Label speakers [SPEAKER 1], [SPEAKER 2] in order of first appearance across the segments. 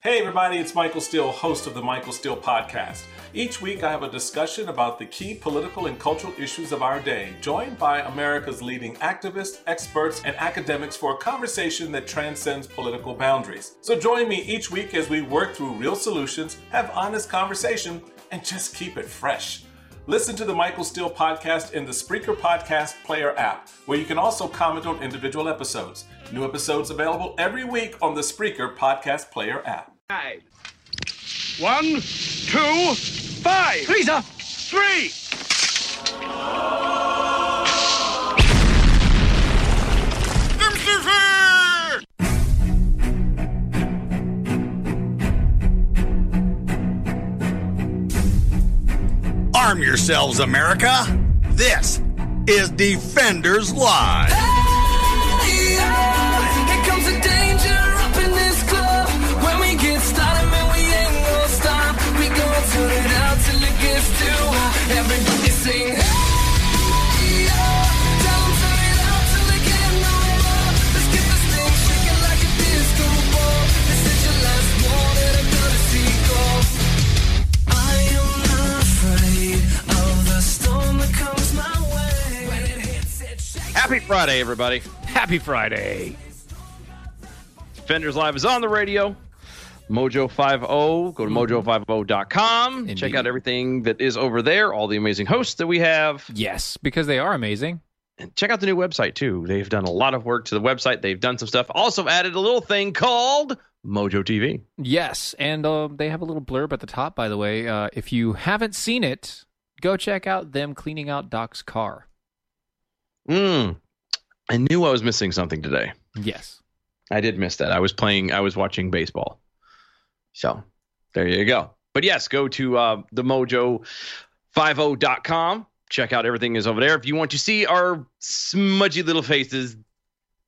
[SPEAKER 1] Hey, everybody, it's Michael Steele, host of the Michael Steele Podcast. Each week, I have a discussion about the key political and cultural issues of our day, joined by America's leading activists, experts, and academics for a conversation that transcends political boundaries. So join me each week as we work through real solutions, have honest conversation, and just keep it fresh. Listen to the Michael Steele podcast in the Spreaker Podcast Player app, where you can also comment on individual episodes. New episodes available every week on the Spreaker Podcast Player app.
[SPEAKER 2] One, two, five. Lisa. Three.
[SPEAKER 3] Arm yourselves, America. This is Defenders Live.
[SPEAKER 4] Here comes the danger up in this club. When we get started, man, we ain't gonna stop. We gonna turn it out till it gets too hot. Everybody sing. "Hey, yo." Don't turn it out till it can't no more. Let's get this thing shaking like a disco ball. This is your last one, and I'm gonna see go. I am not afraid of the storm that comes my way. When it hits, it shakes.
[SPEAKER 5] Happy Friday, everybody.
[SPEAKER 2] Happy Friday.
[SPEAKER 5] Defenders Live is on the radio. Mojo50. Go to mojo50.com. Check
[SPEAKER 6] Indeed.
[SPEAKER 5] out everything that is over there, all the amazing hosts that we have.
[SPEAKER 6] Yes, because they are amazing.
[SPEAKER 5] And check out the new website, too. They've done a lot of work to the website. They've done some stuff. Also added a little thing called Mojo TV.
[SPEAKER 6] Yes, and uh, they have a little blurb at the top, by the way. Uh, if you haven't seen it, go check out them cleaning out Doc's car.
[SPEAKER 5] Mm. I knew I was missing something today.
[SPEAKER 6] Yes.
[SPEAKER 5] I did miss that. I was playing, I was watching baseball. So there you go. But yes, go to uh, themojo50.com. Check out everything is over there. If you want to see our smudgy little faces,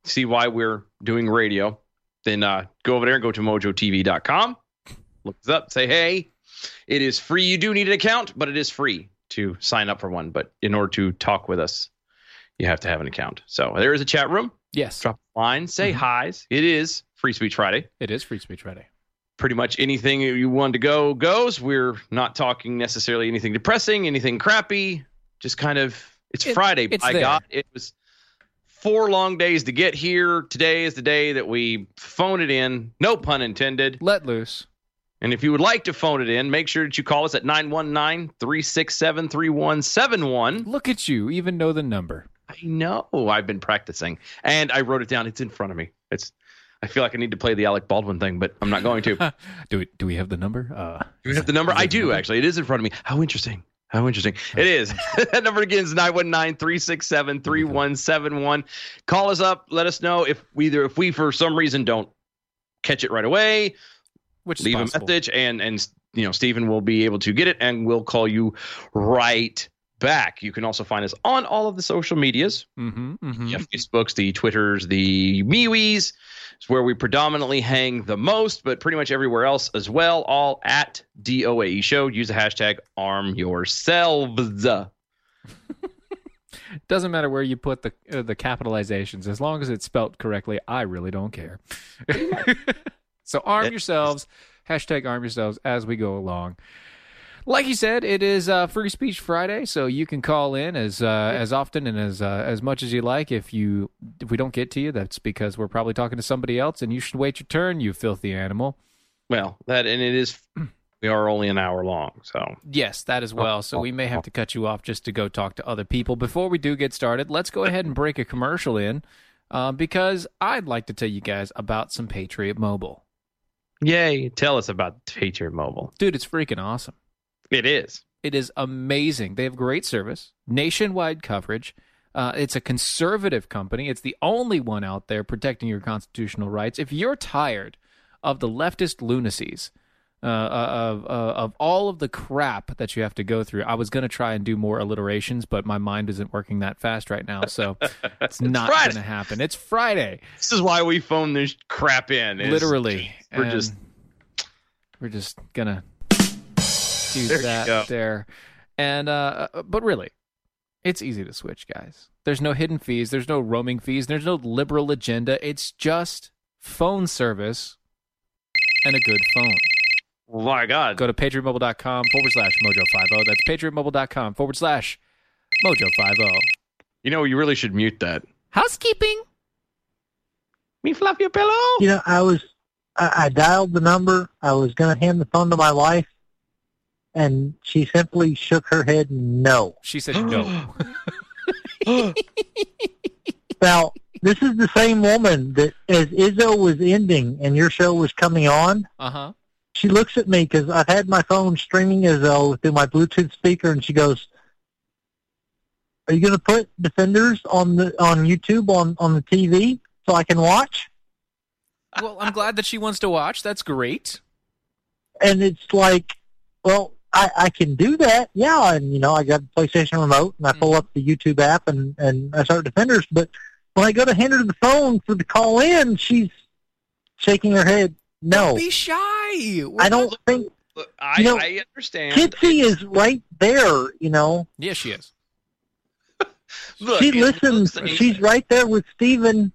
[SPEAKER 5] see why we're doing radio, then uh, go over there and go to mojotv.com. Look us up, say, hey, it is free. You do need an account, but it is free to sign up for one. But in order to talk with us, you have to have an account. So there is a chat room
[SPEAKER 6] Yes. Mm-hmm.
[SPEAKER 5] drop a line, say hi's. It is Free Speech Friday.
[SPEAKER 6] It is Free Speech Friday.
[SPEAKER 5] Pretty much anything you want to go goes. We're not talking necessarily anything depressing, anything crappy. Just kind of it's
[SPEAKER 6] It-
[SPEAKER 5] Friday.
[SPEAKER 6] it's
[SPEAKER 5] I
[SPEAKER 6] there.
[SPEAKER 5] got it was four long days to get here. Today is the day that we phone it in. No pun intended.
[SPEAKER 6] Let loose.
[SPEAKER 5] And if you would like to phone it in, make sure that you call us at 919-367-3171.
[SPEAKER 6] Look at you, even know the number.
[SPEAKER 5] I know. I've been practicing, and I wrote it down. It's in front of me. It's. I feel like I need to play the Alec Baldwin thing, but I'm not going to. do
[SPEAKER 6] Do we, do we have the number? Uh,
[SPEAKER 5] we have the number? I do actually. It is in front of me. How interesting. How interesting. It is. that number again is 919-367-3171. Call us up. Let us know if we either if we for some reason don't catch it right away,
[SPEAKER 6] which is
[SPEAKER 5] leave a
[SPEAKER 6] possible.
[SPEAKER 5] message and and you know Stephen will be able to get it and we'll call you right back. You can also find us on all of the social medias.
[SPEAKER 6] Mm-hmm, mm-hmm.
[SPEAKER 5] Yeah, Facebook's, the Twitters, the MeWe's. It's where we predominantly hang the most, but pretty much everywhere else as well. All at DOAE E Show. Use the hashtag arm yourselves.
[SPEAKER 6] Doesn't matter where you put the uh, the capitalizations, as long as it's spelt correctly. I really don't care. so arm
[SPEAKER 5] It-
[SPEAKER 6] yourselves, hashtag arm yourselves as we go along. Like you said, it is uh, Free Speech Friday, so you can call in as uh, as often and as uh, as much as you like. If you if we don't get to you, that's because we're probably talking to somebody else, and you should wait your turn, you filthy animal.
[SPEAKER 5] Well, that and it is. We are only an hour long, so
[SPEAKER 6] Yes, that as well. So we may have to cut you off just to go talk to other people. Before we do get started, let's go ahead and break a commercial in, uh, because I'd like to tell you guys about some Patriot Mobile,
[SPEAKER 5] yay! Tell us about Patriot Mobile.
[SPEAKER 6] dude. It's freaking awesome.
[SPEAKER 5] It is.
[SPEAKER 6] It is amazing. They have great service, nationwide coverage. Uh, it's a conservative company. It's the only one out there protecting your constitutional rights. If you're tired of the leftist lunacies, uh, of, uh, of all of the crap that you have to go through, I was going to try and do more alliterations, but my mind isn't working that fast right now. So it's not
[SPEAKER 5] Friday.
[SPEAKER 6] going to happen. It's Friday.
[SPEAKER 5] This is why we phone this crap in. is-
[SPEAKER 6] Literally.
[SPEAKER 5] we're
[SPEAKER 6] And
[SPEAKER 5] just-
[SPEAKER 6] we're just gonna do
[SPEAKER 5] There you go.
[SPEAKER 6] that there. And uh but really, it's easy to switch, guys. There's no hidden fees, there's no roaming fees, there's no liberal agenda. It's just phone service and a good phone.
[SPEAKER 5] Oh my God.
[SPEAKER 6] Go to patriotmobile.com forward slash mojo50. That's patriotmobile.com forward slash oh. mojo50.
[SPEAKER 5] You know, you really should mute that.
[SPEAKER 6] Housekeeping.
[SPEAKER 5] Me fluff your pillow.
[SPEAKER 7] You know, I was, I, I dialed the number. I was going to hand the phone to my wife, and she simply shook her head no.
[SPEAKER 6] She said no.
[SPEAKER 7] Now, this is the same woman that, as Izzo was ending and your show was coming on,
[SPEAKER 6] Uh huh.
[SPEAKER 7] she looks at me because I've had my phone streaming Izzo through my Bluetooth speaker, and she goes, "Are you going to put Defenders on the on YouTube on on the TV so I can watch?"
[SPEAKER 6] Well, I'm glad that she wants to watch. That's great.
[SPEAKER 7] and it's like, well, I, I can do that, yeah. And you know, I got the PlayStation remote, and I pull
[SPEAKER 6] Mm-hmm.
[SPEAKER 7] up the YouTube app, and and I start Defenders. But when I go to hand her the phone for the call in, she's shaking her head. No,
[SPEAKER 6] Be shy.
[SPEAKER 7] I don't think
[SPEAKER 5] Look, I,
[SPEAKER 7] You know,
[SPEAKER 5] I understand.
[SPEAKER 7] Kitsy is right there. You know,
[SPEAKER 6] Yeah, she is.
[SPEAKER 5] Look,
[SPEAKER 7] she
[SPEAKER 5] it
[SPEAKER 7] listens.
[SPEAKER 5] looks-
[SPEAKER 7] She's right there with Steven.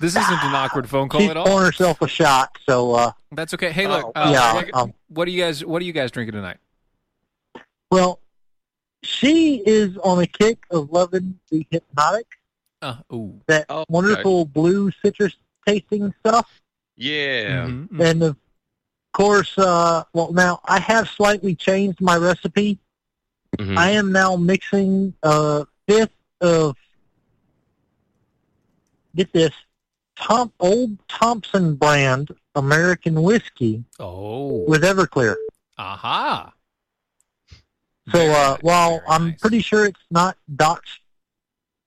[SPEAKER 6] This isn't an awkward phone call
[SPEAKER 7] She's
[SPEAKER 6] at
[SPEAKER 7] pouring
[SPEAKER 6] all.
[SPEAKER 7] herself a shot. So uh,
[SPEAKER 6] That's okay. Hey, look.
[SPEAKER 5] Oh,
[SPEAKER 6] Uh,
[SPEAKER 7] yeah,
[SPEAKER 6] Rick,
[SPEAKER 7] um,
[SPEAKER 6] what are you guys? What are you guys drinking tonight?
[SPEAKER 7] well, she is on a kick of loving the hypnotic,
[SPEAKER 6] Uh, ooh.
[SPEAKER 7] that
[SPEAKER 5] Oh, okay.
[SPEAKER 7] wonderful blue citrus tasting stuff.
[SPEAKER 5] yeah.
[SPEAKER 6] Mhm,
[SPEAKER 8] Mm-hmm.
[SPEAKER 6] mhm.
[SPEAKER 7] And of course, uh, well, now I have slightly changed my recipe.
[SPEAKER 5] Mhm.
[SPEAKER 7] I am now mixing a fifth of get this Tom, old Thompson brand American whiskey
[SPEAKER 6] Oh.
[SPEAKER 7] with Everclear.
[SPEAKER 6] Aha.
[SPEAKER 7] So
[SPEAKER 6] Very
[SPEAKER 7] uh,
[SPEAKER 6] nice,
[SPEAKER 7] while
[SPEAKER 6] very
[SPEAKER 7] I'm
[SPEAKER 6] nice.
[SPEAKER 7] pretty sure it's not Doc's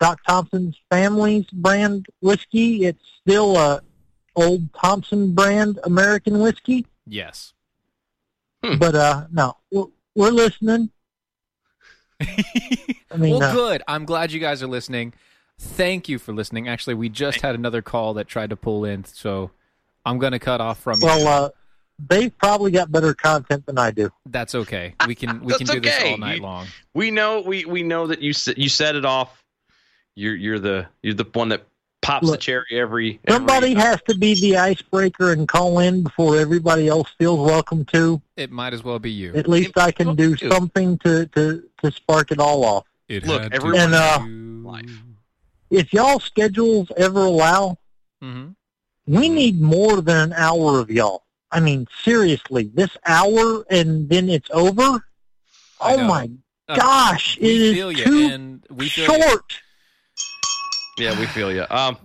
[SPEAKER 7] Doc Thompson's family's brand whiskey, it's still a old Thompson brand American whiskey.
[SPEAKER 6] Yes. Hmm.
[SPEAKER 7] But uh, no, we're, we're listening. I mean,
[SPEAKER 6] Well,
[SPEAKER 7] uh,
[SPEAKER 6] good. I'm glad you guys are listening. Thank you for listening. Actually, we just had another call that tried to pull in, so I'm going to cut off from you.
[SPEAKER 7] well, uh, they've probably got better content than I do.
[SPEAKER 6] That's okay. We can we can
[SPEAKER 5] That's
[SPEAKER 6] do this
[SPEAKER 5] okay.
[SPEAKER 6] all night
[SPEAKER 5] You-
[SPEAKER 6] long.
[SPEAKER 5] We know. We we know that you s- you set it off. You're you're the you're the one that pops the
[SPEAKER 7] Look,
[SPEAKER 5] cherry every. every-
[SPEAKER 7] Somebody has to be the icebreaker and call in before everybody else feels welcome to.
[SPEAKER 6] It might as well be you.
[SPEAKER 7] At least I can do something to, to, to spark it all off.
[SPEAKER 6] It
[SPEAKER 5] Look,
[SPEAKER 6] had
[SPEAKER 5] everyone-
[SPEAKER 7] And, uh,
[SPEAKER 5] Life.
[SPEAKER 7] If y'all schedules ever allow,
[SPEAKER 6] Mhm.
[SPEAKER 7] we need more than an hour of y'all. I mean, seriously, this hour and then it's over?
[SPEAKER 6] I
[SPEAKER 7] Oh
[SPEAKER 6] know.
[SPEAKER 7] my
[SPEAKER 6] Uh,
[SPEAKER 7] gosh, it
[SPEAKER 6] we
[SPEAKER 7] is
[SPEAKER 6] feel you,
[SPEAKER 7] too
[SPEAKER 6] and we feel you.
[SPEAKER 7] short.
[SPEAKER 5] Yeah, we feel you. Um,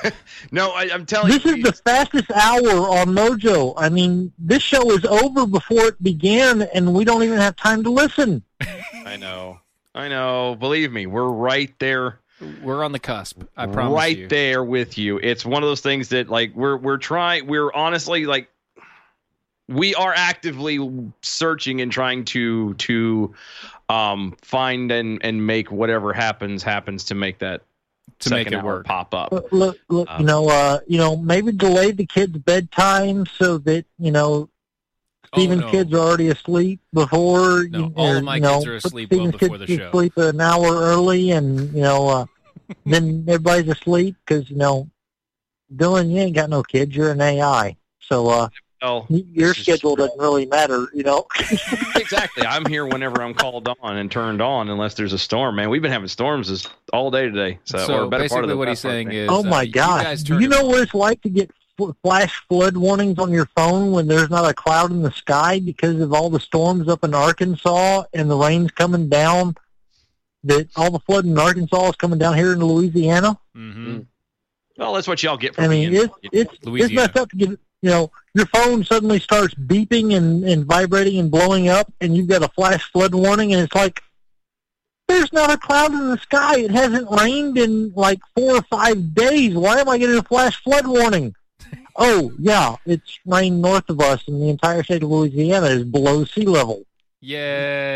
[SPEAKER 5] no, I, I'm telling
[SPEAKER 7] This
[SPEAKER 5] you.
[SPEAKER 7] is the fastest hour on Mojo. I mean, this show is over before it began, and we don't even have time to listen.
[SPEAKER 5] I know. I know. Believe me, we're right there.
[SPEAKER 6] We're on the cusp. I promise
[SPEAKER 5] right
[SPEAKER 6] you.
[SPEAKER 5] there with you. It's one of those things that like we're we're trying we're honestly like we are actively searching and trying to to um find and and make whatever happens happens to make that
[SPEAKER 6] To make
[SPEAKER 5] second
[SPEAKER 6] it
[SPEAKER 5] hour
[SPEAKER 6] work.
[SPEAKER 5] pop up.
[SPEAKER 7] Look, look, look
[SPEAKER 6] Um,
[SPEAKER 7] you know, uh, you know, maybe delay the kids' bedtime so that you know
[SPEAKER 6] Oh,
[SPEAKER 7] Stephen's
[SPEAKER 6] no.
[SPEAKER 7] kids are already asleep before.
[SPEAKER 6] No,
[SPEAKER 7] you,
[SPEAKER 6] all of
[SPEAKER 7] or,
[SPEAKER 6] my
[SPEAKER 7] you know,
[SPEAKER 6] kids are
[SPEAKER 7] put
[SPEAKER 6] asleep well
[SPEAKER 7] Stephen's
[SPEAKER 6] before
[SPEAKER 7] kids
[SPEAKER 6] the
[SPEAKER 7] to
[SPEAKER 6] show.
[SPEAKER 7] Sleep an hour early, and you know, uh, then everybody's asleep because you know, Dylan, you ain't got no kids. You're an AI. So uh,
[SPEAKER 5] Well,
[SPEAKER 7] your
[SPEAKER 5] This is
[SPEAKER 7] schedule
[SPEAKER 5] true.
[SPEAKER 7] doesn't really matter, you know.
[SPEAKER 5] exactly. I'm here whenever I'm called on and turned on, unless there's a storm. Man, we've been having storms this, all day today. So, or a
[SPEAKER 6] so
[SPEAKER 5] better part of
[SPEAKER 6] basically,
[SPEAKER 5] the
[SPEAKER 6] what he's
[SPEAKER 5] last part, I
[SPEAKER 6] saying
[SPEAKER 5] think.
[SPEAKER 6] is,
[SPEAKER 7] oh
[SPEAKER 6] uh,
[SPEAKER 7] my
[SPEAKER 6] you
[SPEAKER 7] God!
[SPEAKER 6] guys
[SPEAKER 7] Do
[SPEAKER 6] turned
[SPEAKER 7] you
[SPEAKER 6] it
[SPEAKER 7] know what it's like to get fl- flash flood warnings on your phone when there's not a cloud in the sky because of all the storms up in Arkansas and the rain's coming down? That all the flooding in Arkansas is coming down here into Louisiana.
[SPEAKER 6] Mhm.
[SPEAKER 5] Mm-hmm. well, that's what y'all get from
[SPEAKER 7] Mm. I mean,
[SPEAKER 5] me.
[SPEAKER 7] it's it's it's
[SPEAKER 6] Louisiana.
[SPEAKER 7] messed up to get you know your phone suddenly starts beeping and and vibrating and blowing up, and you've got a flash flood warning, and it's like there's not a cloud in the sky. It hasn't rained in like four or five days. Why am I getting a flash flood warning? oh yeah, it's rained north of us, and the entire state of Louisiana is below sea level.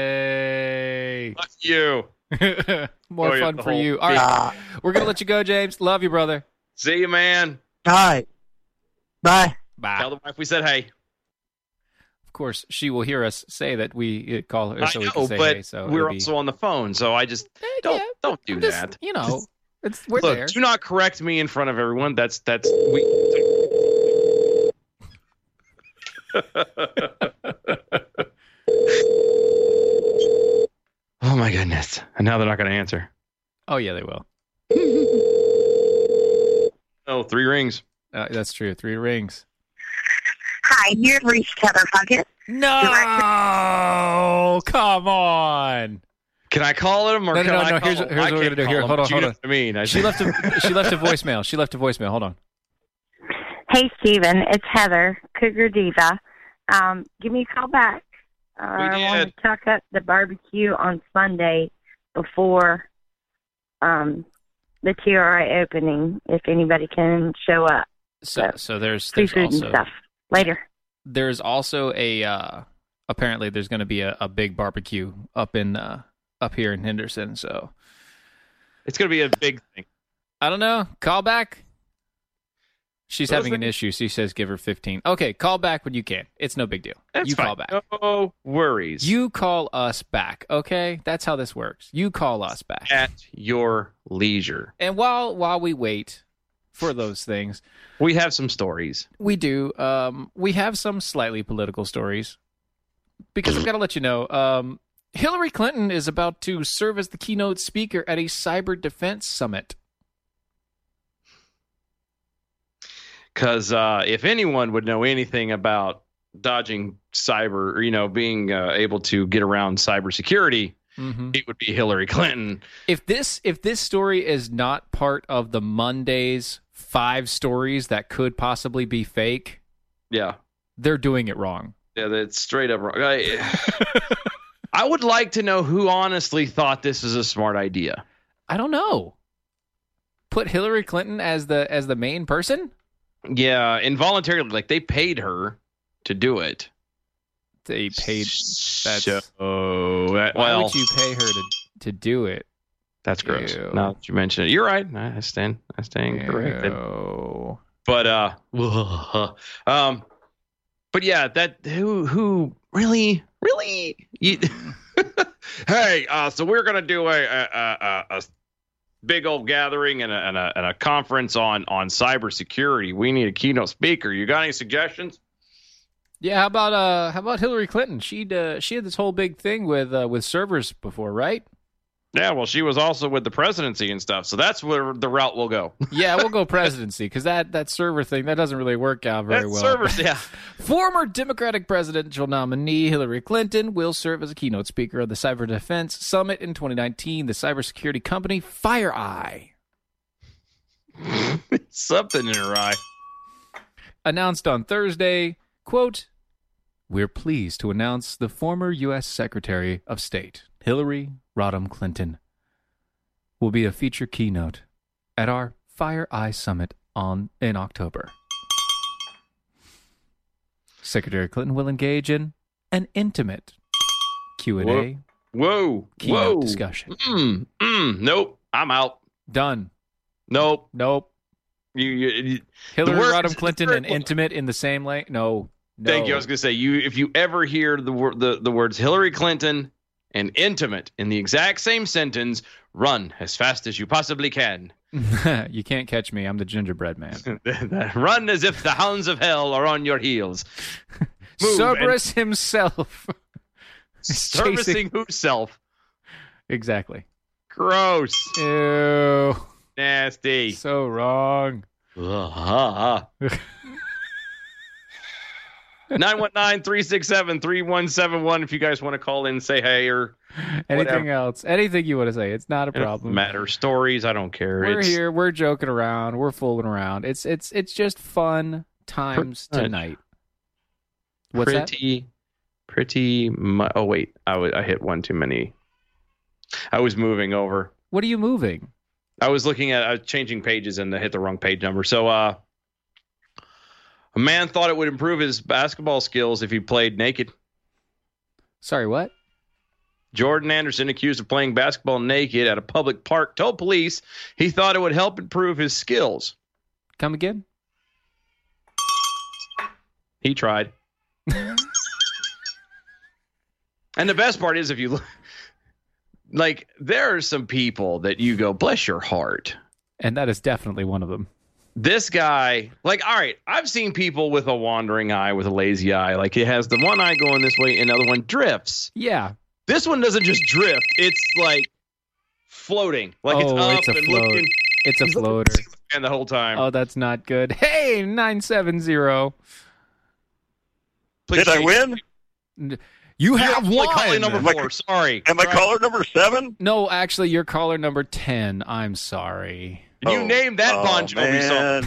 [SPEAKER 6] Yay!
[SPEAKER 5] Fuck you.
[SPEAKER 6] More
[SPEAKER 5] Oh, yeah,
[SPEAKER 6] fun
[SPEAKER 5] the
[SPEAKER 6] for
[SPEAKER 5] whole
[SPEAKER 6] you. All right,
[SPEAKER 7] Ah,
[SPEAKER 6] we're gonna let you go, James. Love you, brother.
[SPEAKER 5] See you, man.
[SPEAKER 7] all right, bye.
[SPEAKER 6] Bye.
[SPEAKER 5] Tell the wife we said hey.
[SPEAKER 6] Of course, she will hear us say that we uh, call her,
[SPEAKER 5] I
[SPEAKER 6] so we
[SPEAKER 5] know,
[SPEAKER 6] can say
[SPEAKER 5] but
[SPEAKER 6] hey. So
[SPEAKER 5] we're
[SPEAKER 6] it'll be-
[SPEAKER 5] also on the phone, so I just
[SPEAKER 6] Eh,
[SPEAKER 5] don't
[SPEAKER 6] yeah,
[SPEAKER 5] don't do
[SPEAKER 6] I'm just-
[SPEAKER 5] that.
[SPEAKER 6] You know, it's we're
[SPEAKER 5] Look,
[SPEAKER 6] there.
[SPEAKER 5] do not correct me in front of everyone. That's that's we. oh my goodness! And now they're not going to answer.
[SPEAKER 6] Oh yeah, they will.
[SPEAKER 5] Oh, three rings.
[SPEAKER 6] Uh, that's true. Three rings.
[SPEAKER 9] Hi, you've reached Heather Puckett.
[SPEAKER 6] No, Oh, come on.
[SPEAKER 5] Can I call them or
[SPEAKER 6] No, no,
[SPEAKER 5] can
[SPEAKER 6] no,
[SPEAKER 5] I
[SPEAKER 6] no,
[SPEAKER 5] call
[SPEAKER 6] here's-
[SPEAKER 5] them?
[SPEAKER 6] here's
[SPEAKER 5] I
[SPEAKER 6] what we're
[SPEAKER 5] can't
[SPEAKER 6] gonna do. Here,
[SPEAKER 5] call
[SPEAKER 6] hold
[SPEAKER 5] them,
[SPEAKER 6] on,
[SPEAKER 5] but you
[SPEAKER 6] hold
[SPEAKER 5] know
[SPEAKER 6] on.
[SPEAKER 5] what I mean, I
[SPEAKER 6] She left a she left a voicemail. She left a voicemail. Hold on.
[SPEAKER 9] Hey, Steven, it's Heather, Cougar Diva. Um, give me a call back. Uh, I want to talk up the barbecue on Sunday before um, the TRI opening, if anybody can show up.
[SPEAKER 6] So so there's
[SPEAKER 9] Free
[SPEAKER 6] there's
[SPEAKER 9] food and
[SPEAKER 6] also
[SPEAKER 9] stuff. Later.
[SPEAKER 6] there's also a uh, apparently there's going to be a, a big barbecue up in uh, up here in Henderson. So
[SPEAKER 5] it's going to be a big thing.
[SPEAKER 6] I don't know. Call back. She's
[SPEAKER 5] Those
[SPEAKER 6] having an issue. She says give her 15. Okay, call back when you can. It's no big deal.
[SPEAKER 5] That's
[SPEAKER 6] you
[SPEAKER 5] fine.
[SPEAKER 6] call back.
[SPEAKER 5] No worries.
[SPEAKER 6] You call us back, okay? That's how this works. You call us back.
[SPEAKER 5] at your leisure.
[SPEAKER 6] And while while we wait for those things,
[SPEAKER 5] We have some stories.
[SPEAKER 6] we do. Um, we have some slightly political stories because I've got to let you know. Um, Hillary Clinton is about to serve as the keynote speaker at a cyber defense summit.
[SPEAKER 5] because uh, if anyone would know anything about dodging cyber, or, you know, being uh, able to get around cybersecurity,
[SPEAKER 6] Mm-hmm.
[SPEAKER 5] it would be Hillary Clinton.
[SPEAKER 6] If this if this story is not part of the Monday's five stories that could possibly be fake,
[SPEAKER 5] Yeah,
[SPEAKER 6] they're doing it wrong.
[SPEAKER 5] yeah, that's straight up wrong. I, I would like to know who honestly thought this was a smart idea.
[SPEAKER 6] I don't know. Put Hillary Clinton as the as the main person.
[SPEAKER 5] Yeah, involuntarily, like they paid her to do it.
[SPEAKER 6] They paid. That's
[SPEAKER 5] so. That,
[SPEAKER 6] why
[SPEAKER 5] well,
[SPEAKER 6] would you pay her to to do it?
[SPEAKER 5] that's gross.
[SPEAKER 6] Ew.
[SPEAKER 5] Now that you mention it, you're right. I stand. I stand corrected.
[SPEAKER 6] Ew.
[SPEAKER 5] but uh um but yeah that who who really really you, hey uh so we're gonna do a a a, a, a big old gathering and a, and a and a conference on on cybersecurity we need a keynote speaker you got any suggestions
[SPEAKER 6] Yeah, how about uh, how about Hillary Clinton? She uh, she had this whole big thing with uh, with servers before, right?
[SPEAKER 5] yeah well she was also with the presidency and stuff so that's where the route will go
[SPEAKER 6] Yeah, we'll go presidency because that that server thing that doesn't really work out very
[SPEAKER 5] That
[SPEAKER 6] well.
[SPEAKER 5] server- yeah
[SPEAKER 6] Former Democratic presidential nominee Hillary Clinton will serve as a keynote speaker of the Cyber Defense Summit in 2019. The cybersecurity company FireEye
[SPEAKER 5] something in her eye
[SPEAKER 6] announced on Thursday, quote, We're pleased to announce the former U.S. Secretary of State, Hillary Rodham Clinton, will be a feature keynote at our Fire Eye Summit on in October. Secretary Clinton will engage in an intimate Q&A
[SPEAKER 5] Whoa. whoa
[SPEAKER 6] keynote
[SPEAKER 5] whoa
[SPEAKER 6] discussion.
[SPEAKER 5] mm, mm, nope i'm out
[SPEAKER 6] Done.
[SPEAKER 5] nope
[SPEAKER 6] Nope.
[SPEAKER 5] you, you, you
[SPEAKER 6] Hillary
[SPEAKER 5] word-
[SPEAKER 6] Rodham Clinton
[SPEAKER 5] the
[SPEAKER 6] and
[SPEAKER 5] word-
[SPEAKER 6] intimate in the same lane? No. No.
[SPEAKER 5] Thank you. I was going to say you if you ever hear the wor- the the words Hillary Clinton and intimate in the exact same sentence, run as fast as you possibly can.
[SPEAKER 6] you can't catch me. I'm the gingerbread man.
[SPEAKER 5] Run as if the hounds of hell are on your heels. Move,
[SPEAKER 6] Cerberus himself. is chasing-
[SPEAKER 5] Servicing whoself.
[SPEAKER 6] Exactly.
[SPEAKER 5] Gross.
[SPEAKER 6] Ew.
[SPEAKER 5] Nasty.
[SPEAKER 6] So wrong.
[SPEAKER 5] Uh-huh. 919-367-3171 if you guys want to call in say hey or
[SPEAKER 6] Anything
[SPEAKER 5] Whatever.
[SPEAKER 6] else? Anything you want to say? It's not a
[SPEAKER 5] it doesn't
[SPEAKER 6] problem.
[SPEAKER 5] matter stories i don't care
[SPEAKER 6] We're
[SPEAKER 5] it's
[SPEAKER 6] here. We're joking around. We're fooling around. It's it's it's just fun times
[SPEAKER 5] Pretty much.
[SPEAKER 6] tonight. What's that?
[SPEAKER 5] pretty pretty mu- oh wait I wa- I hit one too many i was moving over
[SPEAKER 6] What are you moving?
[SPEAKER 5] I was looking at uh, changing pages and I hit the wrong page number. So, uh, a man thought it would improve his basketball skills if he played naked.
[SPEAKER 6] Sorry, what?
[SPEAKER 5] Jordan Anderson, accused of playing basketball naked at a public park, told police he thought it would help improve his skills.
[SPEAKER 6] Come again?
[SPEAKER 5] He tried. and the best part is, if you look, like, there are some people that you go, bless your heart.
[SPEAKER 6] And that is definitely one of them.
[SPEAKER 5] this guy, like, all right, I've seen people with a wandering eye, with a lazy eye. Like, it has the one eye going this way, another one drifts.
[SPEAKER 6] Yeah.
[SPEAKER 5] This one doesn't just drift, it's like floating. Like, it's
[SPEAKER 6] Oh,
[SPEAKER 5] up
[SPEAKER 6] it's a
[SPEAKER 5] and
[SPEAKER 6] float.
[SPEAKER 5] looking
[SPEAKER 6] It's a floater.
[SPEAKER 5] and the whole time.
[SPEAKER 6] Oh, that's not good. Hey, 970.
[SPEAKER 5] Please
[SPEAKER 10] Did I
[SPEAKER 5] say-
[SPEAKER 10] win?
[SPEAKER 6] You
[SPEAKER 5] You're
[SPEAKER 6] have
[SPEAKER 5] only
[SPEAKER 6] one.
[SPEAKER 5] calling number
[SPEAKER 10] Am I-
[SPEAKER 5] four. Sorry.
[SPEAKER 10] Am I
[SPEAKER 5] Right.
[SPEAKER 10] caller number seven?
[SPEAKER 6] No, actually, you're caller number 10. I'm sorry.
[SPEAKER 5] You
[SPEAKER 10] Oh,
[SPEAKER 5] named that
[SPEAKER 10] oh,
[SPEAKER 5] Bon Jovi
[SPEAKER 10] man.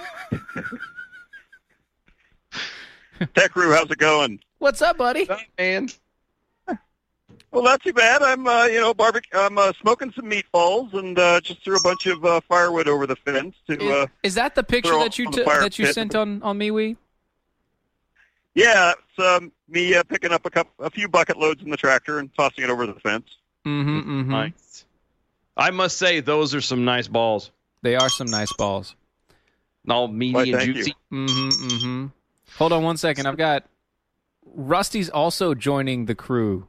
[SPEAKER 5] song.
[SPEAKER 10] Tech crew, how's it going?
[SPEAKER 6] What's up, buddy?
[SPEAKER 5] Oh, man.
[SPEAKER 10] Well, not too bad. I'm, uh, you know, barbecue. I'm uh, smoking some meatballs and uh, just threw a bunch of uh, firewood over the fence to.
[SPEAKER 6] Is,
[SPEAKER 10] Uh,
[SPEAKER 6] is that the picture
[SPEAKER 10] throw
[SPEAKER 6] that you
[SPEAKER 10] on the
[SPEAKER 6] t-
[SPEAKER 10] fire
[SPEAKER 6] that you
[SPEAKER 10] pit.
[SPEAKER 6] sent on on MeWe?
[SPEAKER 10] yeah, it's um, me uh, picking up a cup, a few bucket loads in the tractor and tossing it over the fence.
[SPEAKER 6] Mm-hmm. mm-hmm.
[SPEAKER 5] Nice. I must say, those are some nice balls.
[SPEAKER 6] They are some nice balls.
[SPEAKER 5] All meaty
[SPEAKER 10] Why,
[SPEAKER 5] and
[SPEAKER 10] thank you.
[SPEAKER 5] juicy.
[SPEAKER 6] Mm-hmm. Mm-hmm. Hold on one second. I've got Rusty's also joining the crew.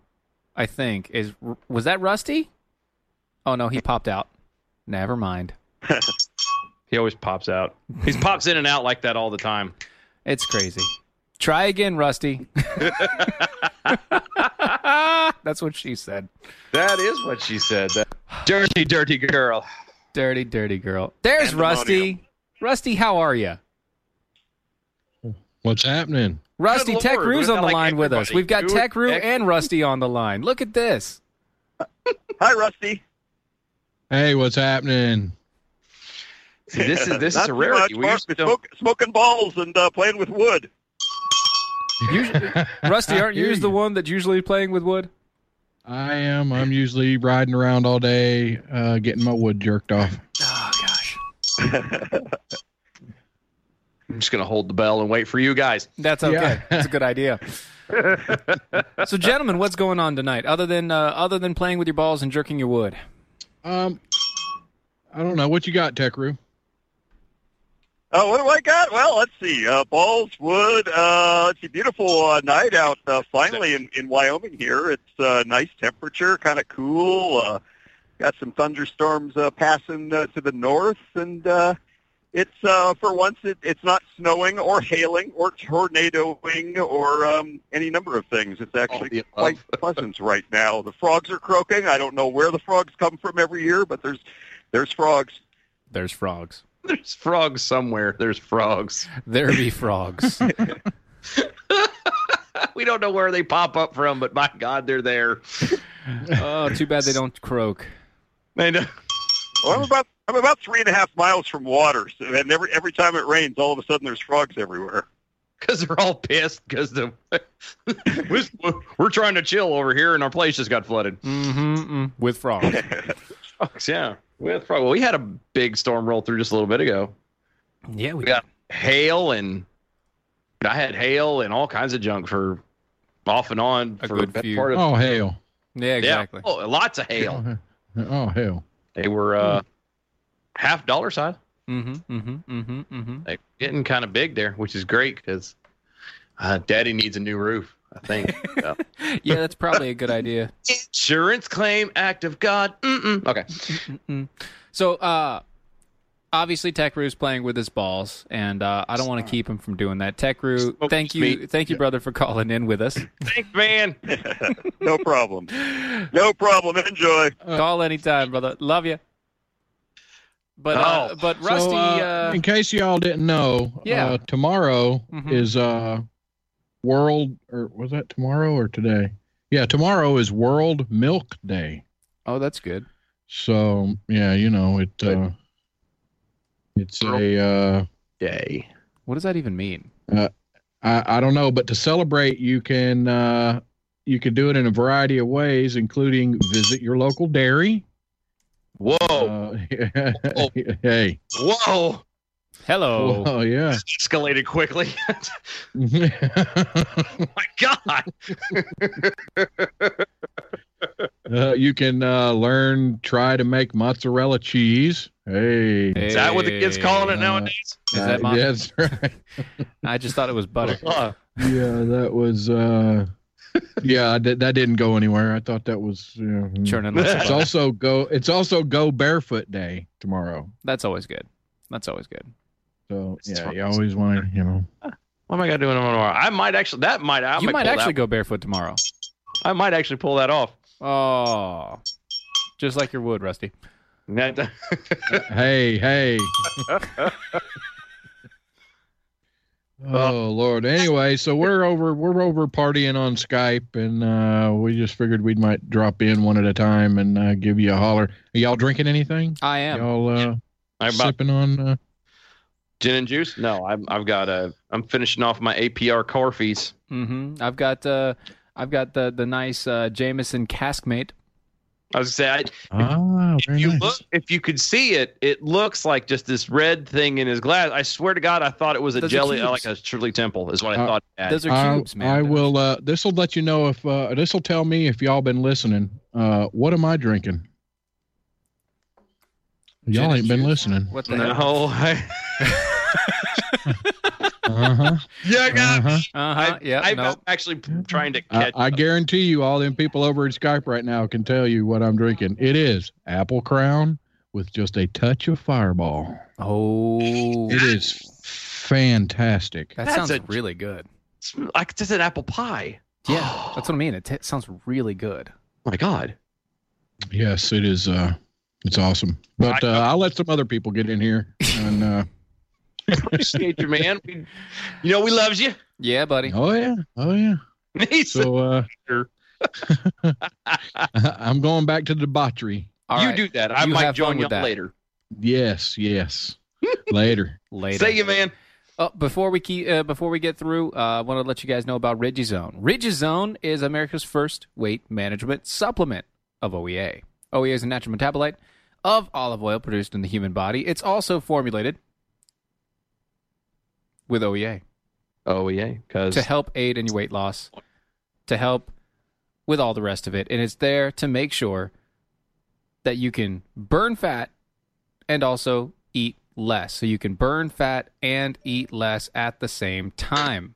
[SPEAKER 6] I think is was that Rusty? Oh no, he popped out. Never mind.
[SPEAKER 5] He always pops out. He pops in and out like that all the time.
[SPEAKER 6] It's crazy. Try again, Rusty. That's what she said.
[SPEAKER 5] That is what she said. That dirty, dirty girl.
[SPEAKER 6] Dirty, dirty girl. There's
[SPEAKER 10] Pandemonium.
[SPEAKER 6] Rusty. Rusty, how are you?
[SPEAKER 11] What's happening?
[SPEAKER 6] Rusty,
[SPEAKER 5] Good
[SPEAKER 6] Tech
[SPEAKER 5] Lord,
[SPEAKER 6] Rue's
[SPEAKER 5] we've
[SPEAKER 6] on the
[SPEAKER 5] got, like,
[SPEAKER 6] line with us.
[SPEAKER 5] everybody.
[SPEAKER 6] We've got
[SPEAKER 5] Dude,
[SPEAKER 6] Tech Rue
[SPEAKER 5] Tech-
[SPEAKER 6] and Rusty on the line. Look at this.
[SPEAKER 10] Hi, Rusty.
[SPEAKER 11] Hey, what's happening?
[SPEAKER 5] See, this is this
[SPEAKER 10] Not
[SPEAKER 5] is a
[SPEAKER 10] too
[SPEAKER 5] rarity.
[SPEAKER 10] much.
[SPEAKER 5] We
[SPEAKER 10] Bar-
[SPEAKER 5] used to don't-
[SPEAKER 10] smoke, smoking balls and uh, playing with wood.
[SPEAKER 6] Rusty, aren't
[SPEAKER 11] I
[SPEAKER 6] you
[SPEAKER 11] hear
[SPEAKER 6] the one that usually playing with wood?
[SPEAKER 11] I am. I'm usually riding around all day, uh, getting my wood jerked off.
[SPEAKER 6] Oh gosh,
[SPEAKER 5] I'm just gonna hold the bell and wait for you guys.
[SPEAKER 6] that's okay.
[SPEAKER 11] Yeah.
[SPEAKER 6] That's a good idea. so, gentlemen, what's going on tonight? Other than uh, other than playing with your balls and jerking your wood,
[SPEAKER 11] Um, I don't know what you got, Tech Roo.
[SPEAKER 10] Uh, what do I got? Well, let's see. Uh, balls, wood. Uh, it's a beautiful uh, night out uh, finally in, in Wyoming here. It's uh, nice temperature, kind of cool. Uh, got some thunderstorms uh, passing uh, to the north, and uh, it's uh, for once it, it's not snowing or hailing or tornadoing or um, any number of things. It's actually
[SPEAKER 5] the
[SPEAKER 10] quite pleasant right now. The frogs are croaking. I don't know where the frogs come from every year, but there's there's frogs.
[SPEAKER 6] there's frogs.
[SPEAKER 5] There's frogs somewhere. There's frogs.
[SPEAKER 6] There be frogs.
[SPEAKER 5] We don't know where they pop up from, but my God, they're there.
[SPEAKER 6] oh, too bad they don't croak.
[SPEAKER 5] They know.
[SPEAKER 10] Well, I'm about I'm about three and a half miles from water, so, and every every time it rains, all of a sudden there's frogs everywhere.
[SPEAKER 5] Because they're all pissed. Because the we're, we're trying to chill over here, and our place just got flooded.
[SPEAKER 6] Mm-hmm, With frogs.
[SPEAKER 5] Frogs, yeah. With frog. Well, we had a big storm roll through just a little bit ago.
[SPEAKER 6] Yeah, we
[SPEAKER 5] We got hail, and I had hail and all kinds of junk for off and on
[SPEAKER 6] A
[SPEAKER 5] for
[SPEAKER 6] good
[SPEAKER 5] that
[SPEAKER 6] few.
[SPEAKER 5] part of
[SPEAKER 11] Oh hell!
[SPEAKER 6] Yeah, exactly.
[SPEAKER 5] Yeah. Oh, lots of hail.
[SPEAKER 11] Oh, oh hell!
[SPEAKER 5] They were
[SPEAKER 11] Hmm.
[SPEAKER 5] uh, half dollar size.
[SPEAKER 6] Mm-hmm, mm-hmm, mm-hmm, mm-hmm.
[SPEAKER 5] They're getting kind of big there, which is great because uh, Daddy needs a new roof. I think. Yeah.
[SPEAKER 6] Yeah, that's probably a good idea.
[SPEAKER 5] Insurance claim, act of God. Mm-mm. Okay.
[SPEAKER 6] Mm. So, uh, obviously Tech Rue's playing with his balls, and uh, I don't want to keep him from doing that. Tech Rue, thank you,
[SPEAKER 10] meat.
[SPEAKER 6] thank you, brother, for calling in with us.
[SPEAKER 5] Thanks, man.
[SPEAKER 10] no problem. No problem. Enjoy.
[SPEAKER 6] Uh, Call anytime, brother. Love you. But
[SPEAKER 5] Oh.
[SPEAKER 6] uh, but Rusty,
[SPEAKER 11] So,
[SPEAKER 6] uh,
[SPEAKER 11] in case y'all didn't know,
[SPEAKER 6] Yeah.
[SPEAKER 11] uh, tomorrow
[SPEAKER 6] Mhm.
[SPEAKER 11] is uh, World, or was that tomorrow or today? Yeah, tomorrow is World Milk Day.
[SPEAKER 6] oh, that's good.
[SPEAKER 11] So yeah, you know it. Uh, it's a uh,
[SPEAKER 5] day.
[SPEAKER 6] What does that even mean?
[SPEAKER 11] Uh, I I don't know, but to celebrate, you can uh, you can do it in a variety of ways, including visit your local dairy. Uh,
[SPEAKER 5] Whoa! Oh.
[SPEAKER 11] hey.
[SPEAKER 5] Whoa!
[SPEAKER 6] Hello.
[SPEAKER 11] Oh yeah.
[SPEAKER 5] Escalated quickly. Oh My God.
[SPEAKER 11] Uh, you can uh, learn try to make mozzarella cheese. Hey,
[SPEAKER 5] Is that what the kids calling it nowadays?
[SPEAKER 6] Is that
[SPEAKER 11] uh,
[SPEAKER 6] mine?
[SPEAKER 11] yeah, that's right.
[SPEAKER 6] I just thought it was butter.
[SPEAKER 11] yeah, that was. Uh, yeah, I did- that didn't go anywhere. I thought that was. Yeah.
[SPEAKER 6] Churning lots of
[SPEAKER 11] It's
[SPEAKER 6] butter.
[SPEAKER 11] also go. It's also go barefoot day tomorrow.
[SPEAKER 6] That's always good. That's always good.
[SPEAKER 11] So yeah, you always want to, you know.
[SPEAKER 5] What am I gonna do tomorrow? I might actually. That might. I
[SPEAKER 6] you might
[SPEAKER 5] pull
[SPEAKER 6] actually
[SPEAKER 5] that-
[SPEAKER 6] go barefoot tomorrow.
[SPEAKER 5] I might actually pull that off.
[SPEAKER 6] Oh, just like your wood, Rusty.
[SPEAKER 5] That-
[SPEAKER 11] Hey, hey.
[SPEAKER 1] Mm-hmm.
[SPEAKER 5] Uh,
[SPEAKER 11] Oh Lord. Anyway, so we're over we're over partying on Skype and uh we just figured we might drop in one at a time and uh, give you a holler. Are y'all drinking anything?
[SPEAKER 6] I am.
[SPEAKER 11] Y'all uh
[SPEAKER 5] I'm about
[SPEAKER 11] sipping on uh,
[SPEAKER 5] gin and juice. No, I'm. I've got a. I'm finishing off my APR car fees.
[SPEAKER 6] hmm I've got uh, I've got the the nice uh, Jameson caskmate.
[SPEAKER 5] I was gonna say, I,
[SPEAKER 11] Ah, very
[SPEAKER 5] you
[SPEAKER 11] nice.
[SPEAKER 5] look if you could see it it looks like just this red thing in his glass i swear to god i thought it was a
[SPEAKER 6] Those are
[SPEAKER 5] jelly uh,
[SPEAKER 6] cubes.
[SPEAKER 5] like a shirley temple is what i
[SPEAKER 11] Uh,
[SPEAKER 5] thought it had.
[SPEAKER 6] Those are
[SPEAKER 11] I,
[SPEAKER 6] cubes, man.
[SPEAKER 11] I will uh this will let you know if uh this will tell me if y'all been listening. Uh what am I drinking?
[SPEAKER 6] Gin
[SPEAKER 11] Y'all
[SPEAKER 6] and
[SPEAKER 11] ain't been
[SPEAKER 6] juice.
[SPEAKER 11] listening.
[SPEAKER 6] What the hell?
[SPEAKER 5] no I,
[SPEAKER 11] Uh-huh.
[SPEAKER 5] yeah god
[SPEAKER 11] uh-huh.
[SPEAKER 6] Uh-huh. Yeah.
[SPEAKER 5] i'm
[SPEAKER 6] no.
[SPEAKER 5] actually trying to
[SPEAKER 11] I,
[SPEAKER 5] catch
[SPEAKER 11] I guarantee you, all them people over at Skype right now can tell you what I'm drinking. It is Apple Crown with just a touch of Fireball.
[SPEAKER 6] Oh,
[SPEAKER 11] It is fantastic.
[SPEAKER 6] that
[SPEAKER 5] That's
[SPEAKER 6] sounds
[SPEAKER 5] a-
[SPEAKER 6] really good.
[SPEAKER 5] like just an apple pie
[SPEAKER 6] Yeah, that's what I mean. It, t- sounds really good.
[SPEAKER 5] my god
[SPEAKER 11] Yes, it is. Uh, it's awesome. But uh, I'll let some other people get in here. And uh,
[SPEAKER 5] appreciate you man we, you know we loves you
[SPEAKER 6] Yeah, buddy.
[SPEAKER 11] oh yeah, oh yeah.
[SPEAKER 5] He said,
[SPEAKER 11] So uh, I'm going back to debauchery.
[SPEAKER 6] All right.
[SPEAKER 5] you do that i
[SPEAKER 6] You
[SPEAKER 5] might
[SPEAKER 6] have fun
[SPEAKER 5] join you
[SPEAKER 6] with that.
[SPEAKER 5] later.
[SPEAKER 11] Yes, yes. Later.
[SPEAKER 6] later.
[SPEAKER 5] say you man
[SPEAKER 6] Oh, before we keep, uh, before we get through, uh, I want to let you guys know about Ridgizone. Ridgizone is America's first weight management supplement of OEA. OEA is a natural metabolite of olive oil produced in the human body. It's also formulated with OEA
[SPEAKER 5] oh yeah because
[SPEAKER 6] to help aid in your weight loss, to help with all the rest of it, and it's there to make sure that you can burn fat and also eat less. So you can burn fat and eat less at the same time.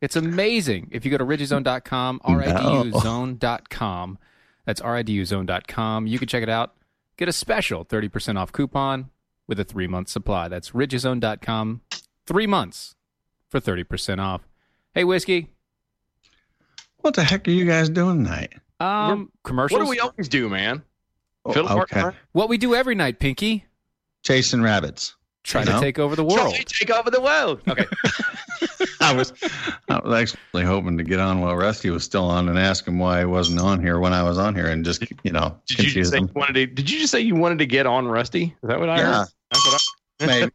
[SPEAKER 6] It's amazing. If you go to ridgezone.com, riduzone.com, that's riduzone.com, you can check it out. Get a special 30% off coupon with a three month supply. That's ridgezone.com, three months for 30% off. Hey, Whiskey,
[SPEAKER 8] What the heck are you guys doing tonight?
[SPEAKER 6] um, commercials?
[SPEAKER 5] what do we always do man
[SPEAKER 8] Oh,
[SPEAKER 5] Fiddle fart
[SPEAKER 8] okay.
[SPEAKER 5] fart.
[SPEAKER 6] What we do every night, Pinky,
[SPEAKER 8] Chasing rabbits.
[SPEAKER 6] trying
[SPEAKER 8] No.
[SPEAKER 6] to take over the
[SPEAKER 5] Try
[SPEAKER 6] world.
[SPEAKER 5] to take over the world okay
[SPEAKER 8] I was, I was actually hoping to get on while Rusty was still on and ask him why he wasn't on here when I was on here, and just you know
[SPEAKER 5] Did you
[SPEAKER 8] confuse
[SPEAKER 5] just say
[SPEAKER 8] him.
[SPEAKER 5] you wanted to? Did you just say you wanted to get on Rusty? Is that what I
[SPEAKER 8] Yeah,
[SPEAKER 5] heard? That's what
[SPEAKER 8] maybe.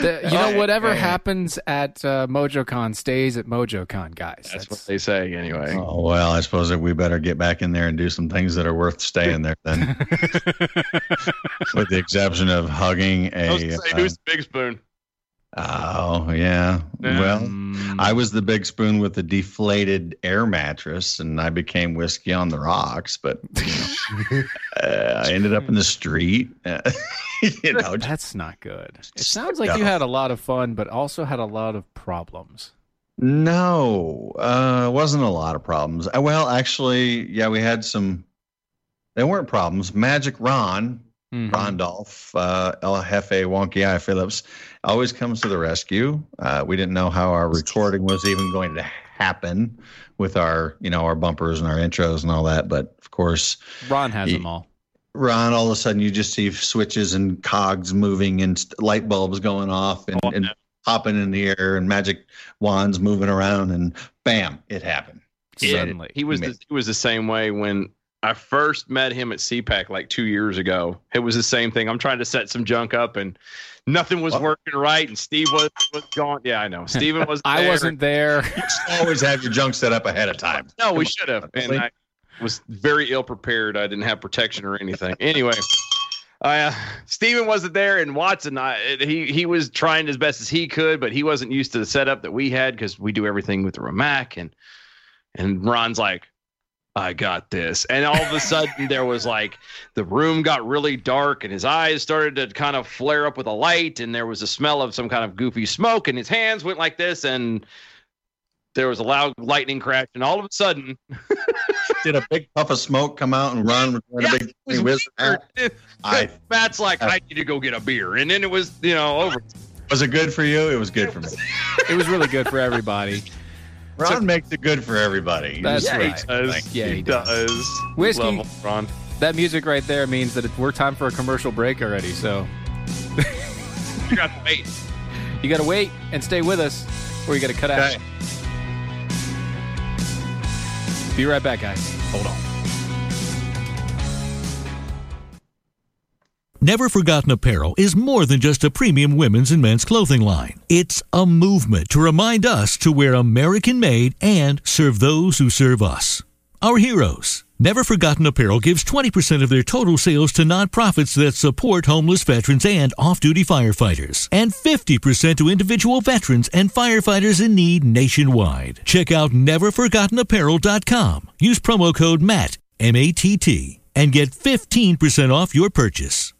[SPEAKER 6] The- you know,
[SPEAKER 8] Okay.
[SPEAKER 6] whatever happens at uh, MojoCon stays at MojoCon, guys.
[SPEAKER 5] I, that's what they say anyway.
[SPEAKER 8] oh well, I suppose that we better get back in there and do some things that are worth staying there then, with the exception of hugging
[SPEAKER 5] I was gonna
[SPEAKER 8] a.
[SPEAKER 5] say,
[SPEAKER 8] uh,
[SPEAKER 5] who's the big spoon?
[SPEAKER 8] oh yeah,
[SPEAKER 5] Yeah.
[SPEAKER 8] well.
[SPEAKER 6] Mm,
[SPEAKER 8] I was the big spoon with the deflated air mattress, and I became whiskey on the rocks. But you know, uh, I ended up in the street. Uh, you know, just-
[SPEAKER 6] that's not good. It sounds like you had a lot of fun, but also had a lot of problems.
[SPEAKER 8] no, uh, wasn't a lot of problems. Uh, well, actually, yeah, we had some They weren't problems. Magic Ron, Rondolph, uh, El Jefe Wonky Eye Phillips always comes to the rescue. Uh, we didn't know how our recording was even going to happen with our, you know, our bumpers and our intros and all that. But of course,
[SPEAKER 6] Ron has
[SPEAKER 8] Ye-
[SPEAKER 6] them all.
[SPEAKER 8] Ron, all of a sudden you just see switches and cogs moving and st- light bulbs going off and,
[SPEAKER 5] Oh,
[SPEAKER 8] and popping in the air and magic wands moving around and bam, it happened.
[SPEAKER 5] It- he was the, he was the same way when I first met him at CPAC like two years ago. It was the same thing. I'm trying to set some junk up and nothing was working right, and Steve was was gone. Yeah, I know. Steven was.
[SPEAKER 6] I
[SPEAKER 5] there.
[SPEAKER 6] wasn't there.
[SPEAKER 8] always have your junk set up ahead of time.
[SPEAKER 5] No, we should have. And I was very ill prepared. I didn't have protection or anything. Anyway, I, uh, Steven wasn't there, and Watson, I, it- he he was trying as best as he could, but he wasn't used to the setup that we had because we do everything with the Ramac. And and Ron's like, I got this. And all of a sudden, there was like the room got really dark, and his eyes started to kind of flare up with a light, and there was a smell of some kind of goofy smoke, and his hands went like this, and there was a loud lightning crash, and all of a sudden,
[SPEAKER 8] Did a big puff of smoke come out and Ron was wearing a big
[SPEAKER 5] was
[SPEAKER 8] wizard hat? I-
[SPEAKER 5] Matt's like, I need to go get a beer, and then it was, you know, over.
[SPEAKER 8] Was it good for you? It was good for me.
[SPEAKER 6] It was really good for everybody.
[SPEAKER 8] Ron makes it good for everybody.
[SPEAKER 6] That's
[SPEAKER 8] Just-
[SPEAKER 6] right. Yeah, he does. Whiskey.
[SPEAKER 5] Whiskey, Ron.
[SPEAKER 6] That music right there means that it, we're time for a commercial break already. So
[SPEAKER 5] you got to wait.
[SPEAKER 6] You got to wait and stay with us, or you got to cut out. Be right back, guys. Hold on.
[SPEAKER 12] Never Forgotten Apparel is more than just a premium women's and men's clothing line. It's a movement to remind us to wear American made and serve those who serve us. Our heroes. Never Forgotten Apparel gives 20% of their total sales to nonprofits that support homeless veterans and off duty firefighters, and 50% to individual veterans and firefighters in need nationwide. Check out neverforgottenapparel.com. Use promo code MATT, M A T T, and get 15% off your purchase.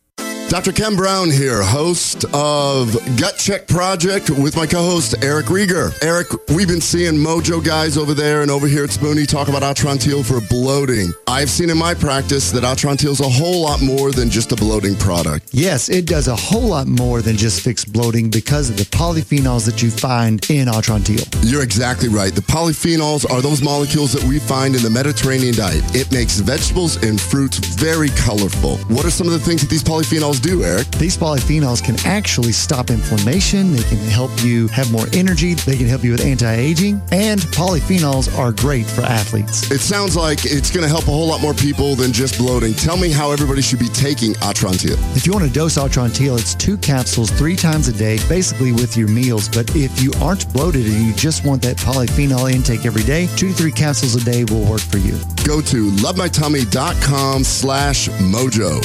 [SPEAKER 13] Dr. Ken Brown here, host of Gut Check Project with my co host, Eric Rieger. Eric, we've been seeing mojo guys over there and over here at Spoonie talk about Atrantil for bloating. I've seen in my practice that Atrantil is a whole lot more than just a bloating product.
[SPEAKER 14] Yes, it does a whole lot more than just fix bloating because of the polyphenols that you find in Atrantil.
[SPEAKER 13] You're exactly right. The polyphenols are those molecules that we find in the Mediterranean diet. It makes vegetables and fruits very colorful. What are some of the things that these polyphenols do, Eric?
[SPEAKER 14] These polyphenols can actually stop inflammation. They can help you have more energy. They can help you with anti aging. And polyphenols are great for athletes.
[SPEAKER 13] It sounds like it's going to help a whole lot more people than just bloating. Tell me how everybody should be taking Atrantil.
[SPEAKER 14] If you want to dose Altrontil, it's two capsules three times a day, basically with your meals. But if you aren't bloated and you just want that polyphenol intake every day, two to three capsules a day will work for you.
[SPEAKER 13] Go to lovemytummy.com slash mojo.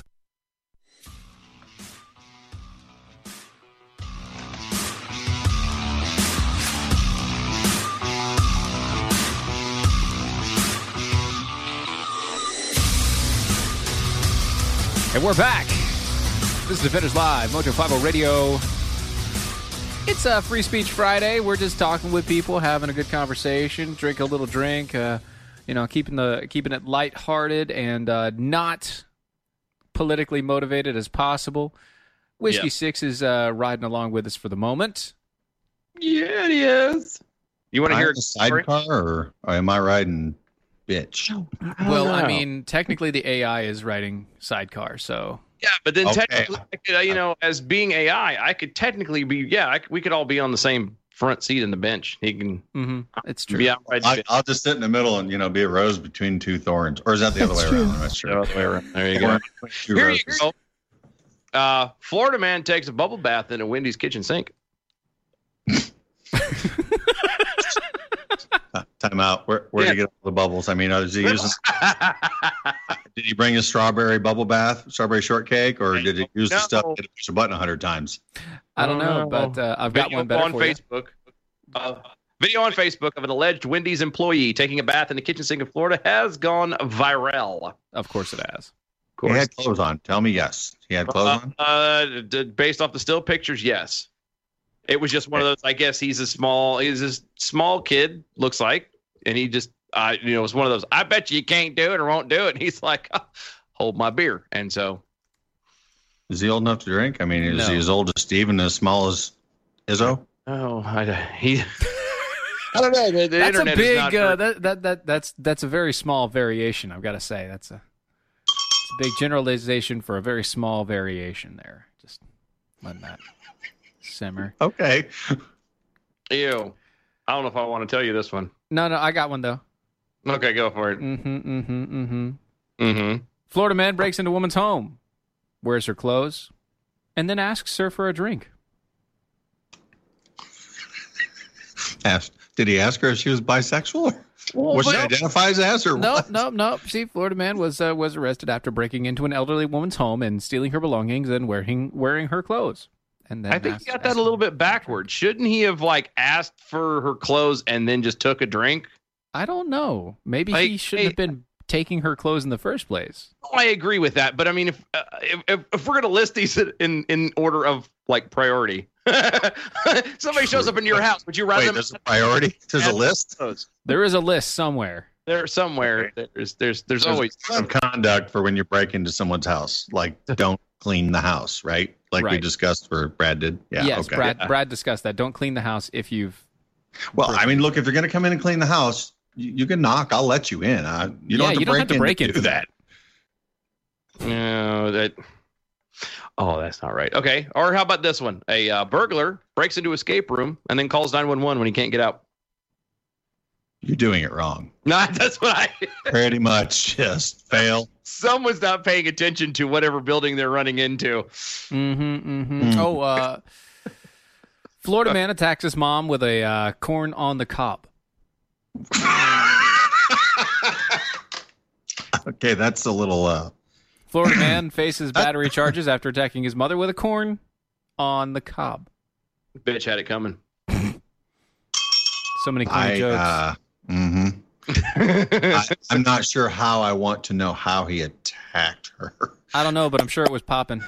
[SPEAKER 6] And we're back. This is Defenders Live, Mojo 50 Radio. It's a Free Speech Friday. We're just talking with people, having a good conversation, drink a little drink, uh, you know, keeping the keeping it lighthearted and uh, not politically motivated as possible. Whiskey
[SPEAKER 5] Yeah.
[SPEAKER 6] Six is uh, riding along with us for the moment.
[SPEAKER 5] Yeah, it is. You want
[SPEAKER 8] Am
[SPEAKER 5] to
[SPEAKER 8] I
[SPEAKER 5] hear
[SPEAKER 8] on a sidecar or, or am I riding bitch?
[SPEAKER 6] well,
[SPEAKER 5] know.
[SPEAKER 6] I mean, technically the AI is writing sidecar, so
[SPEAKER 5] Yeah, but then
[SPEAKER 6] Okay.
[SPEAKER 5] technically, I could, uh, you know, as being AI, I could technically be, yeah, I, c- we could all be on the same front seat in the bench. He can.
[SPEAKER 6] Mm-hmm. It's
[SPEAKER 5] true. Yeah, right.
[SPEAKER 8] I, I'll just sit in the middle and you know be a rose between two thorns, or is that the other way
[SPEAKER 5] That's true.
[SPEAKER 8] around? I'm not sure.
[SPEAKER 5] other way around. There you
[SPEAKER 8] Or
[SPEAKER 5] go.
[SPEAKER 8] between two
[SPEAKER 5] Here you
[SPEAKER 8] roses.
[SPEAKER 5] go. Uh, Florida man takes a bubble bath in a Wendy's kitchen sink.
[SPEAKER 8] Time out. Where where did he get all the bubbles? I mean, uh, is he using? did he bring his strawberry bubble bath, strawberry shortcake, or did he use the stuff that push a button a hundred times?
[SPEAKER 6] I don't know, but uh, I've got
[SPEAKER 5] Video
[SPEAKER 6] one better
[SPEAKER 5] on
[SPEAKER 6] for you.
[SPEAKER 5] Facebook. Uh, video on Facebook of an alleged Wendy's employee taking a bath in the kitchen sink in Florida has gone viral.
[SPEAKER 6] Of course, it has.
[SPEAKER 8] He had clothes on. Tell me yes. He had clothes on.
[SPEAKER 5] Uh, uh, d- based off the still pictures, yes. It was just one of those. I guess he's a small, he's a small kid, looks like, and he just, I, you know, it's one of those. I bet you you can't do it or won't do it. And he's like, hold my beer, and so
[SPEAKER 8] Is he old enough to drink? I mean, is he as old as Steve and as small as Izzo?
[SPEAKER 5] Oh, I, he.
[SPEAKER 8] I don't know. The,
[SPEAKER 6] that's a big. Uh, that, that that that's that's a very small variation. I've got to say that's a, it's a big generalization for a very small variation there. Just let that simmer.
[SPEAKER 8] Okay.
[SPEAKER 5] Ew. I don't know if I want to tell you this one.
[SPEAKER 6] No, no, I got one though.
[SPEAKER 5] Okay, go for it.
[SPEAKER 6] Mm-hmm. Mm-hmm. Mm-hmm.
[SPEAKER 5] Mm-hmm.
[SPEAKER 6] Florida man breaks into woman's home, wears her clothes, and then asks her for a drink.
[SPEAKER 8] Asked, did he ask her if she was bisexual? Or was she
[SPEAKER 6] but-
[SPEAKER 8] identifies as or
[SPEAKER 6] Nope, nope, nope. See, Florida man was uh, was arrested after breaking into an elderly woman's home and stealing her belongings and wearing wearing her clothes. And then
[SPEAKER 5] I think
[SPEAKER 6] asked-
[SPEAKER 5] he got that a little bit backwards. Shouldn't he have like asked for her clothes and then just took a drink?
[SPEAKER 6] I don't know. Maybe he shouldn't have been taking her clothes in the first place.
[SPEAKER 5] Oh, I agree with that, but I mean, if uh, if- if, if we're gonna list these in in order of like priority, somebody shows up in your house, would you rather?
[SPEAKER 8] Wait,
[SPEAKER 5] them-
[SPEAKER 8] there's a priority? There's a list?
[SPEAKER 6] There is a list somewhere.
[SPEAKER 5] There somewhere. There's there's there's always
[SPEAKER 8] code of conduct for when you break into someone's house. Like, don't clean the house, right? Like we
[SPEAKER 6] Right.
[SPEAKER 8] discussed, where Brad did. Yeah.
[SPEAKER 6] yes,
[SPEAKER 8] okay.
[SPEAKER 6] Brad. Brad discussed that. Don't clean the house if you've.
[SPEAKER 8] Well, I mean, look, if you're going to come in and clean the house, you, you can knock. I'll let you in. Uh, you
[SPEAKER 6] Yeah,
[SPEAKER 8] don't have to
[SPEAKER 6] you don't
[SPEAKER 8] break,
[SPEAKER 6] have to
[SPEAKER 8] in
[SPEAKER 6] break
[SPEAKER 8] do
[SPEAKER 6] into
[SPEAKER 8] that.
[SPEAKER 5] No, that. Oh, that's not right. Okay, or how about this one? A uh, burglar breaks into escape room and then calls nine one one when he can't get out.
[SPEAKER 8] You're doing it wrong.
[SPEAKER 5] No, that's what I.
[SPEAKER 8] Pretty much just fail.
[SPEAKER 5] Someone's not paying attention to whatever building they're running into.
[SPEAKER 6] Mm-hmm,
[SPEAKER 8] Hmm. Mm.
[SPEAKER 6] mm-hmm. Oh, uh, Florida man attacks his mom with a uh, corn on the cob.
[SPEAKER 8] Okay, that's a little. uh
[SPEAKER 6] Florida man faces battery charges after attacking his mother with a corn on the cob.
[SPEAKER 5] Bitch had it coming.
[SPEAKER 6] So many corny
[SPEAKER 8] I.
[SPEAKER 6] jokes.
[SPEAKER 8] Uh, hmm I, I'm not sure how I want to know how he attacked her.
[SPEAKER 6] I don't know, but I'm sure it was popping.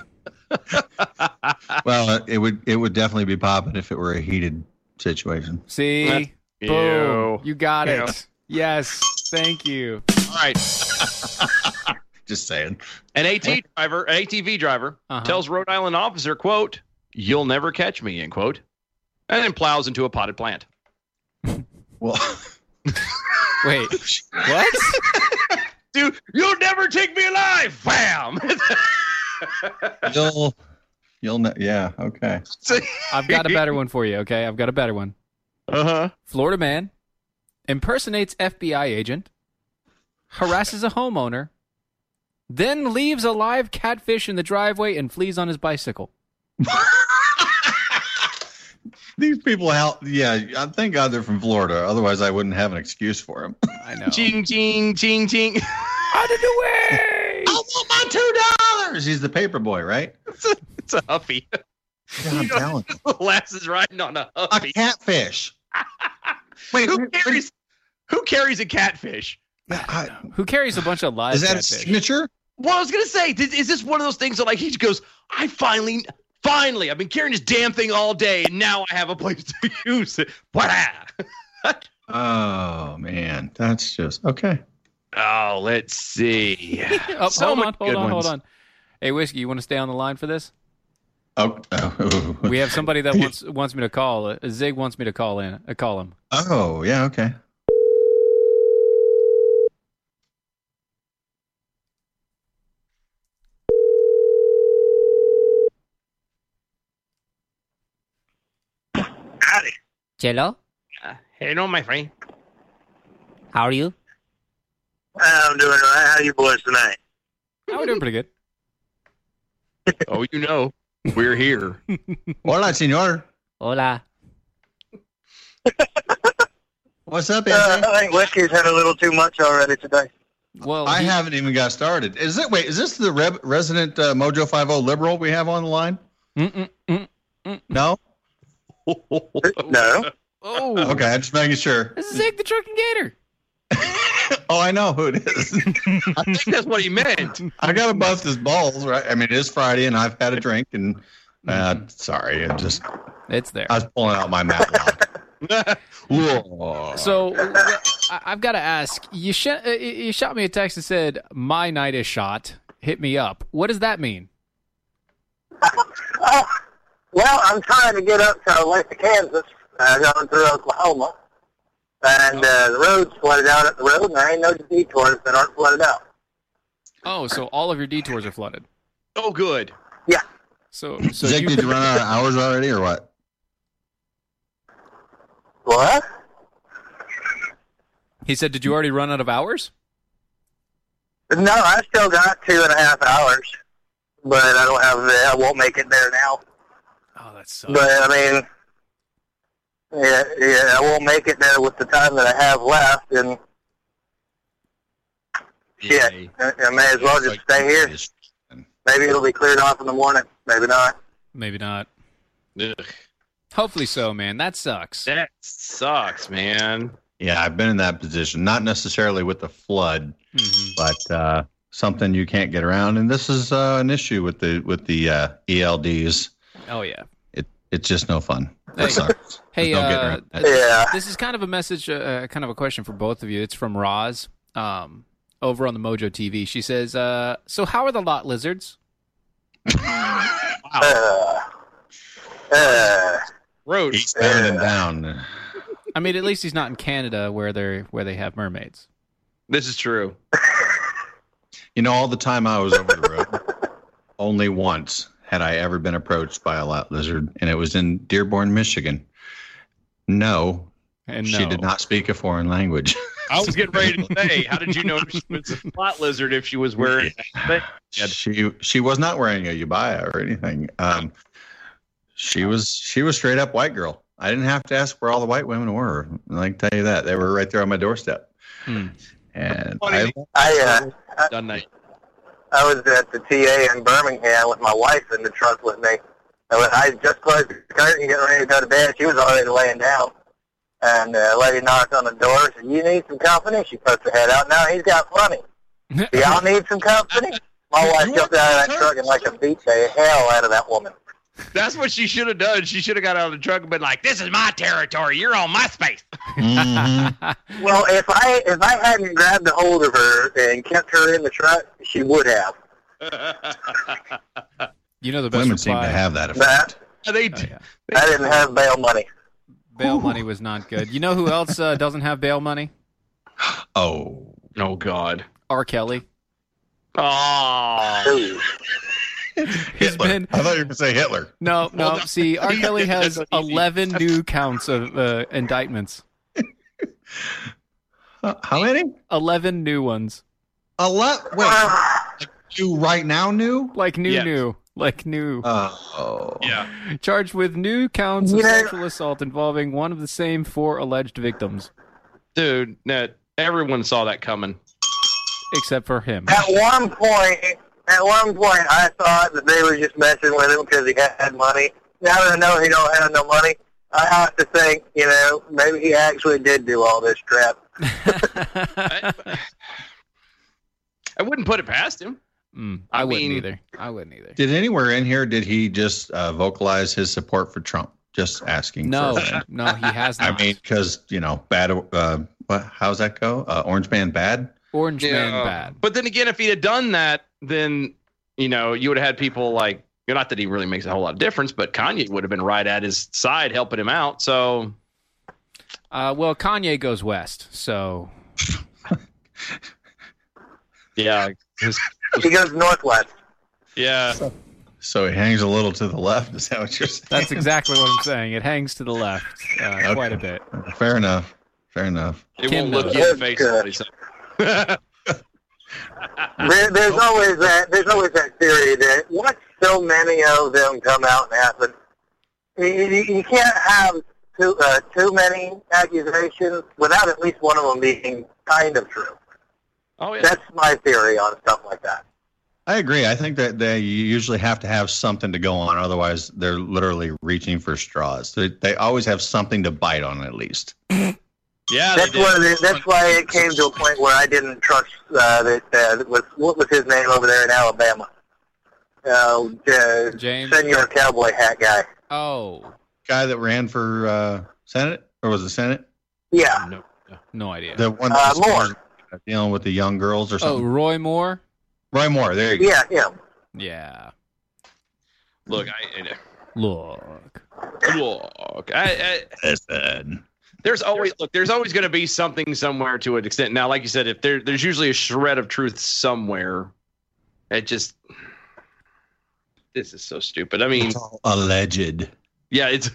[SPEAKER 8] Well, it would it would definitely be popping if it were a heated situation.
[SPEAKER 6] See,
[SPEAKER 8] Ew.
[SPEAKER 6] boom, you got
[SPEAKER 8] Ew.
[SPEAKER 6] it. Yes, thank you.
[SPEAKER 5] All right.
[SPEAKER 8] Just saying.
[SPEAKER 5] An AT driver, an ATV driver,
[SPEAKER 6] Uh-huh.
[SPEAKER 5] tells Rhode Island officer, "quote You'll never catch me," end quote, and then plows into a potted plant.
[SPEAKER 8] Well,
[SPEAKER 6] wait, what?
[SPEAKER 5] Dude, you'll never take me alive! Bam!
[SPEAKER 8] You'll, you'll know. Yeah. Okay.
[SPEAKER 6] I've got a better one for you, okay? I've got a better one.
[SPEAKER 5] Uh
[SPEAKER 8] Uh-huh.
[SPEAKER 5] huh.
[SPEAKER 6] Florida man impersonates FBI agent, harasses a homeowner, then leaves a live catfish in the driveway and flees on his bicycle.
[SPEAKER 8] These people help. Yeah. I thank God they're from Florida. Otherwise, I wouldn't have an excuse for them.
[SPEAKER 6] I know.
[SPEAKER 5] Ching ching ching ching.
[SPEAKER 6] Out of the way!
[SPEAKER 8] I want my two dollars. He's the paper boy, right?
[SPEAKER 5] It's a huffy.
[SPEAKER 8] God, I'm telling you.
[SPEAKER 5] Lass is riding on a huffy.
[SPEAKER 8] A catfish.
[SPEAKER 5] Wait, who carries? Who carries a catfish?
[SPEAKER 6] Who carries a bunch of live
[SPEAKER 8] Is that a
[SPEAKER 6] catfish?
[SPEAKER 8] signature?
[SPEAKER 5] Well, I was gonna say, did, is this one of those things that like he goes, I finally, finally, I've been carrying this damn thing all day, and now I have a place to use it. What?
[SPEAKER 8] Oh man, that's just okay.
[SPEAKER 5] Oh, let's see.
[SPEAKER 6] Oh,
[SPEAKER 5] So
[SPEAKER 6] hold
[SPEAKER 5] many
[SPEAKER 6] on, hold
[SPEAKER 5] good
[SPEAKER 6] on, hold
[SPEAKER 5] ones.
[SPEAKER 6] on. Hey, whiskey, you want to stay on the line for this?
[SPEAKER 8] Oh, oh,
[SPEAKER 6] We have somebody that wants wants me to call. Uh, Zig wants me to call in. Uh, call him.
[SPEAKER 8] oh, yeah. Okay.
[SPEAKER 15] Hello,
[SPEAKER 5] Hello, my friend.
[SPEAKER 15] how are you?
[SPEAKER 10] Um,
[SPEAKER 16] I'm doing all right. How you boys tonight?
[SPEAKER 6] I'm doing pretty good.
[SPEAKER 5] oh, you know, we're here.
[SPEAKER 8] Hola, senor.
[SPEAKER 15] Hola.
[SPEAKER 8] What's up,
[SPEAKER 16] Uh, I think whiskey's had a little too much already today.
[SPEAKER 6] Well,
[SPEAKER 8] I haven't even got started. Is it? Wait, is this the re- resident uh, Mojo Five O liberal we have on the line? No. no.
[SPEAKER 6] Oh.
[SPEAKER 8] Okay, I'm just making sure.
[SPEAKER 6] This is Zach the Trucking Gator.
[SPEAKER 8] Oh, I know who it is. I think
[SPEAKER 5] that's what he meant.
[SPEAKER 8] I gotta bust his balls, right? I mean, it is Friday, and I've had a drink, and uh, sorry, it just
[SPEAKER 6] it's there.
[SPEAKER 8] I was pulling out my map.
[SPEAKER 6] So I- I've got to ask you. Sh- uh, you shot me a text that said my night is shot. Hit me up. What does that mean?
[SPEAKER 16] Uh, Well, I'm trying to get up to Olathe, Kansas, uh, going through Oklahoma, and uh, the road's flooded out at the road, and there ain't no detours that aren't flooded out.
[SPEAKER 6] Oh, so all of your detours are flooded.
[SPEAKER 5] Oh, good.
[SPEAKER 16] Yeah.
[SPEAKER 6] So, so
[SPEAKER 8] Jake,
[SPEAKER 6] you-
[SPEAKER 8] did you run out of hours already, or what?
[SPEAKER 16] What?
[SPEAKER 6] He said, "Did you already run out of hours?"
[SPEAKER 16] No, I still got two and a half hours, but I don't have the, I won't make it there now.
[SPEAKER 6] Oh, that sucks.
[SPEAKER 16] But I mean, yeah, yeah, I won't make it there with the time that I have left, and shit, I, I may as well just stay here. Maybe it'll be cleared off in the morning. Maybe not.
[SPEAKER 6] Maybe not. Hopefully so, man. That sucks.
[SPEAKER 5] That sucks, man.
[SPEAKER 8] Yeah, I've been in that position, not necessarily with the flood,
[SPEAKER 5] Mm-hmm.
[SPEAKER 8] but uh, something you can't get around, and this is uh, an issue with the with the uh, ELDs.
[SPEAKER 6] Oh yeah.
[SPEAKER 8] It it's just no fun.
[SPEAKER 6] Hey,
[SPEAKER 8] That sucks.
[SPEAKER 6] hey,
[SPEAKER 8] Don't get
[SPEAKER 6] uh,
[SPEAKER 8] around
[SPEAKER 6] th-
[SPEAKER 8] that.
[SPEAKER 6] this is kind of a message, uh, uh, kind of a question for both of you. It's from Roz um, over on the Mojo TV. She says, uh, "So how are the lot lizards?"
[SPEAKER 16] Uh,
[SPEAKER 5] Road.
[SPEAKER 8] He's staring him down.
[SPEAKER 6] I mean, at least he's not in Canada where they are where they have mermaids.
[SPEAKER 5] This is true.
[SPEAKER 8] You know, all the time I was over the road, only once had I ever been approached by a lot lizard, and it was in Dearborn, Michigan. No,
[SPEAKER 6] and
[SPEAKER 8] she did not speak a foreign language.
[SPEAKER 5] I was getting ready to say, how did you know she was a plot lizard if she was wearing that?
[SPEAKER 8] she she was not wearing a ubaya or anything. Um, she was she was straight up white girl. I didn't have to ask where all the white women were. I can tell you that they were right there on my doorstep.
[SPEAKER 6] Hmm.
[SPEAKER 8] And
[SPEAKER 16] I,
[SPEAKER 8] I,
[SPEAKER 16] uh, I,
[SPEAKER 5] Done night.
[SPEAKER 16] I was at the TA in Birmingham with my wife in the truck with me. I, was, I just closed the curtain, getting ready to go to bed. She was already laying down. And uh, a lady knocked on the door said, you need some company? She puts her head out. Now he's got money. Do y'all need some company? My wife jumped out of that truck and like a beat the hell out of that woman.
[SPEAKER 5] That's what she should have done. She should have got out of the truck and been like, "This is my territory. You're on my space."
[SPEAKER 8] Mm-hmm.
[SPEAKER 16] Well, if I if I hadn't grabbed a hold of her and kept her in the truck, she would have.
[SPEAKER 6] You know the best
[SPEAKER 8] women seem to
[SPEAKER 6] reply-
[SPEAKER 8] have that effect.
[SPEAKER 16] That
[SPEAKER 5] they,
[SPEAKER 16] I didn't have bail money.
[SPEAKER 6] Bail money was not good. You know who else uh, doesn't have bail money?
[SPEAKER 8] Oh,
[SPEAKER 5] oh God,
[SPEAKER 6] R. Kelly.
[SPEAKER 5] Oh,
[SPEAKER 8] Hitler. I thought you were going to say Hitler.
[SPEAKER 6] No, no.
[SPEAKER 8] Well, no.
[SPEAKER 6] See, R. Kelly has eleven new counts of uh, indictments.
[SPEAKER 8] Uh, How many?
[SPEAKER 6] Eleven new ones.
[SPEAKER 8] A lot. Wait,
[SPEAKER 5] Ah.
[SPEAKER 8] like you right now new?
[SPEAKER 6] Like new,
[SPEAKER 8] Yes.
[SPEAKER 6] new, like new.
[SPEAKER 8] Oh,
[SPEAKER 5] yeah.
[SPEAKER 6] Charged with new counts of
[SPEAKER 5] You know-
[SPEAKER 6] sexual assault involving one of the same four alleged victims,
[SPEAKER 5] dude. No, everyone saw that coming.
[SPEAKER 6] except for him.
[SPEAKER 16] At one point, at one point, I thought that they were just messing with him because he had money. Now that I know he don't have no money, I have to think, you know, maybe he actually did do all this crap.
[SPEAKER 5] I wouldn't put it past him.
[SPEAKER 6] I,
[SPEAKER 5] I
[SPEAKER 6] wouldn't
[SPEAKER 5] mean-
[SPEAKER 6] either. I wouldn't either.
[SPEAKER 8] Did anywhere in here did he just uh, vocalize his support for Trump? Just asking.
[SPEAKER 6] No,
[SPEAKER 8] for a friend.
[SPEAKER 6] no, he has
[SPEAKER 8] I
[SPEAKER 6] not.
[SPEAKER 8] mean, because you know, bad. Uh, what? How's that go? Uh, Orange man bad.
[SPEAKER 6] Orange
[SPEAKER 5] Yeah.
[SPEAKER 6] man bad.
[SPEAKER 5] But then again, if he'd have done that, then you know you would have had people like. you know, Not that he really makes a whole lot of difference, but Kanye would have been right at his side helping him out. So
[SPEAKER 6] Uh, well, Kanye goes west, so
[SPEAKER 5] yeah,
[SPEAKER 16] He goes northwest.
[SPEAKER 5] yeah.
[SPEAKER 8] So he hangs a little to the left. Is that what you're saying?
[SPEAKER 6] that's exactly what I'm saying. It hangs to the left uh, quite a bit.
[SPEAKER 8] Fair enough. Fair enough.
[SPEAKER 5] It
[SPEAKER 6] Kim
[SPEAKER 5] won't look
[SPEAKER 6] knows.
[SPEAKER 5] you in the face. when he's-
[SPEAKER 16] There, there's always that. There's always that theory that once so many of them come out and happen, you, you you can't have too uh, too many accusations without at least one of them being kind of true.
[SPEAKER 5] Oh, yeah.
[SPEAKER 16] That's my theory on stuff like that.
[SPEAKER 8] I agree. I think that they usually have to have something to go on, otherwise they're literally reaching for straws. They, they always have something to bite on, at least.
[SPEAKER 5] Yeah,
[SPEAKER 16] that's why the, that's why it came to a point where I didn't trust uh, that uh, was what was his name over there in Alabama, uh, uh,
[SPEAKER 6] James
[SPEAKER 16] Senior Cowboy Hat guy.
[SPEAKER 6] Oh,
[SPEAKER 8] Guy that ran for uh, Senate, or was it Senate?
[SPEAKER 16] Yeah,
[SPEAKER 6] no, no idea.
[SPEAKER 8] The one
[SPEAKER 16] Uh,
[SPEAKER 8] that was dealing with the young girls or
[SPEAKER 6] Oh,
[SPEAKER 8] something.
[SPEAKER 6] Roy Moore.
[SPEAKER 8] Roy Moore. There you go.
[SPEAKER 16] yeah, yeah.
[SPEAKER 6] Yeah.
[SPEAKER 5] Look, I,
[SPEAKER 6] Look.
[SPEAKER 5] Look, I, I, listen. There's always look. There's always going to be something somewhere to an extent. Now, like you said, if there there's usually a shred of truth somewhere, it just this is so stupid. I mean,
[SPEAKER 8] Alleged.
[SPEAKER 5] yeah, it's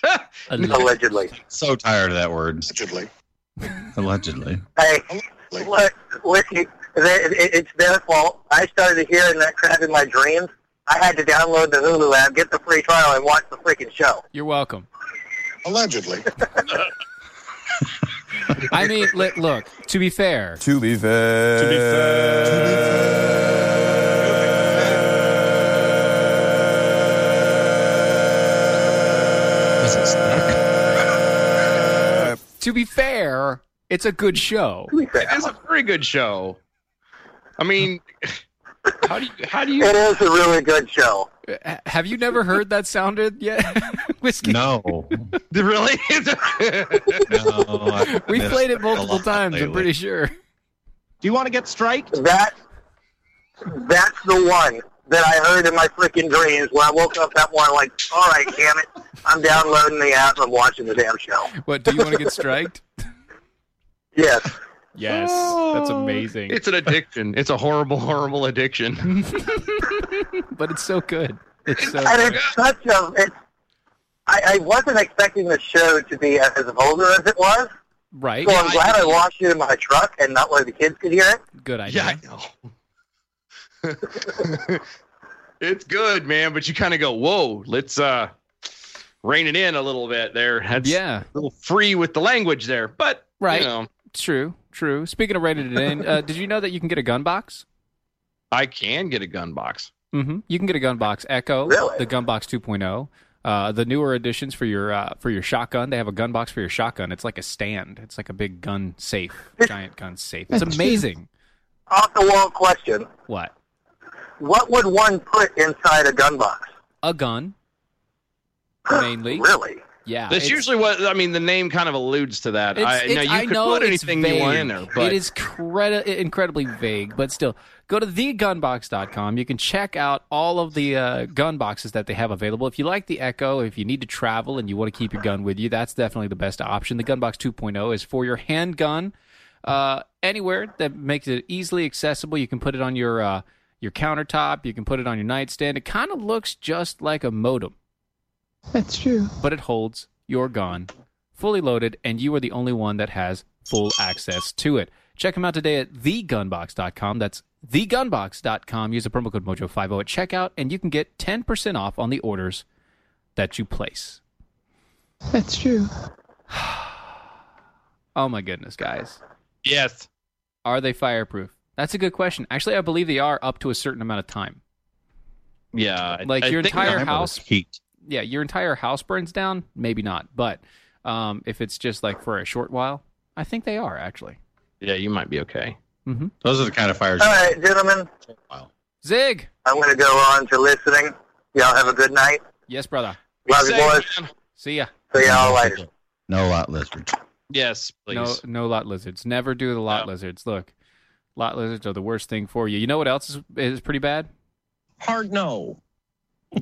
[SPEAKER 16] Allegedly.
[SPEAKER 8] So tired of that word. Allegedly. Allegedly.
[SPEAKER 16] Hey, look, look, it- it- it's their fault. I started hearing that crap in my dreams. I had to download the Hulu app, get the free trial, and watch the freaking show.
[SPEAKER 6] You're welcome.
[SPEAKER 16] Allegedly.
[SPEAKER 6] I mean, li- look. To be fair.
[SPEAKER 17] To be fair. To be fair.
[SPEAKER 6] Is it stuck? to be fair, it's a good show.
[SPEAKER 5] it is a very good show. I mean, how do you how do you?
[SPEAKER 16] It is a really good show.
[SPEAKER 6] H- Have you never heard that sounded yet? Whiskey.
[SPEAKER 8] No.
[SPEAKER 5] really?
[SPEAKER 6] we played it multiple times. I'm pretty sure.
[SPEAKER 16] Do you want to get striked? That that's the one that I heard in my freaking dreams when I woke up that morning. Like, all right, damn it, I'm downloading the app. I'm watching the damn show.
[SPEAKER 6] What? Do you want to get striked?
[SPEAKER 16] Yes.
[SPEAKER 6] Yes, that's amazing.
[SPEAKER 5] It's an addiction. It's a horrible, horrible addiction.
[SPEAKER 6] but it's so good. It's so
[SPEAKER 16] and it's such a. It's, I, I wasn't expecting the show to be as vulgar as it was.
[SPEAKER 6] right.
[SPEAKER 16] So I'm glad I watched it in my truck and not where the kids could hear it.
[SPEAKER 6] Good idea.
[SPEAKER 5] it's good, man. But you kind of go, whoa, let's uh rein it in a little bit there. That's
[SPEAKER 6] Yeah.
[SPEAKER 5] a little free with the language there, but
[SPEAKER 6] Right.
[SPEAKER 5] You know,
[SPEAKER 6] True. True. Speaking of rated it in, uh, did you know that you can get a gun box?
[SPEAKER 5] I can get a gun box.
[SPEAKER 6] Mm-hmm. You can get a gun box Echo, the gun box 2.0. Uh, the newer editions for your uh, for your shotgun, they have a gun box for your shotgun. It's like a stand. It's like a big gun safe, giant gun safe. It's amazing.
[SPEAKER 16] Off the wall question:
[SPEAKER 6] What?
[SPEAKER 16] What would one put inside a gun box?
[SPEAKER 6] A gun. Mainly.
[SPEAKER 16] really?
[SPEAKER 6] Yeah.
[SPEAKER 5] That's
[SPEAKER 6] it's-
[SPEAKER 5] usually what I mean. The name kind of alludes to that.
[SPEAKER 6] It's-
[SPEAKER 5] I,
[SPEAKER 6] it's-
[SPEAKER 5] now you
[SPEAKER 6] I
[SPEAKER 5] could
[SPEAKER 6] know
[SPEAKER 5] put
[SPEAKER 6] it's
[SPEAKER 5] anything you want in
[SPEAKER 6] vague.
[SPEAKER 5] there, but
[SPEAKER 6] it is credi- incredibly vague. But still, go to thegunbox.com. You can check out all of the uh, gun boxes that they have available. If you like the Echo, if you need to travel and you want to keep your gun with you, that's definitely the best option. The Gunbox 2.0 is for your handgun uh, anywhere that makes it easily accessible. You can put it on your uh, your countertop. You can put it on your nightstand. It kind of looks just like a modem.
[SPEAKER 18] That's true.
[SPEAKER 6] but it holds your gun fully loaded, and you are the only one that has full access to it. Check them out today at thegunbox.com. That's thegunbox.com. Use the promo code Mojo50 at checkout, and you can get 10% off on the orders that you place.
[SPEAKER 18] That's true.
[SPEAKER 6] Oh my goodness, guys.
[SPEAKER 5] Yes.
[SPEAKER 6] Are they fireproof? That's a good question. Actually, I believe they are up to a certain amount of time.
[SPEAKER 5] yeah, I-
[SPEAKER 6] Like
[SPEAKER 5] I
[SPEAKER 6] your
[SPEAKER 5] think-
[SPEAKER 6] entire house Yeah, your entire house burns down, maybe not. But um, if it's just like for a short while, I think they are actually.
[SPEAKER 5] Yeah, you might be okay.
[SPEAKER 6] Mhm.
[SPEAKER 8] Those are the kind of fires.
[SPEAKER 16] All right, gentlemen.
[SPEAKER 6] Zig.
[SPEAKER 16] I'm going to go on to listening. Y'all have a good night.
[SPEAKER 6] Yes, brother.
[SPEAKER 16] Love you, boys.
[SPEAKER 6] See ya.
[SPEAKER 16] See y'all later.
[SPEAKER 8] No lot lizard.
[SPEAKER 5] Yes,
[SPEAKER 6] No,
[SPEAKER 5] please.
[SPEAKER 6] no lot lizards. Never do the lot lizards. Look, lot lizards are the worst thing for you. You know what else is, is pretty bad?
[SPEAKER 18] Hard no.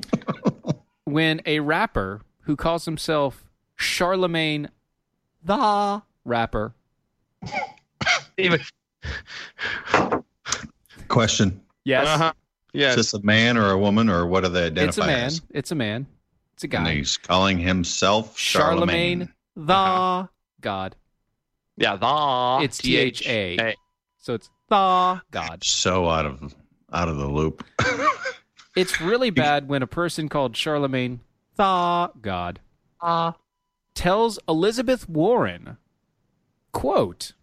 [SPEAKER 6] When a rapper who calls himself Charlemagne the rapper.
[SPEAKER 8] Question.
[SPEAKER 6] Uh-huh. Yes.
[SPEAKER 8] Is this a man or a woman or what are they identifying?
[SPEAKER 6] It's a man. It's a man. It's a guy.
[SPEAKER 8] he's calling himself Charlemagne.
[SPEAKER 6] Charlemagne the God.
[SPEAKER 5] Yeah, the.
[SPEAKER 6] It's T H A. So it's the God.
[SPEAKER 8] So out of out of the loop.
[SPEAKER 6] It's really bad when a person called Charlemagne the God tells Elizabeth Warren, quote,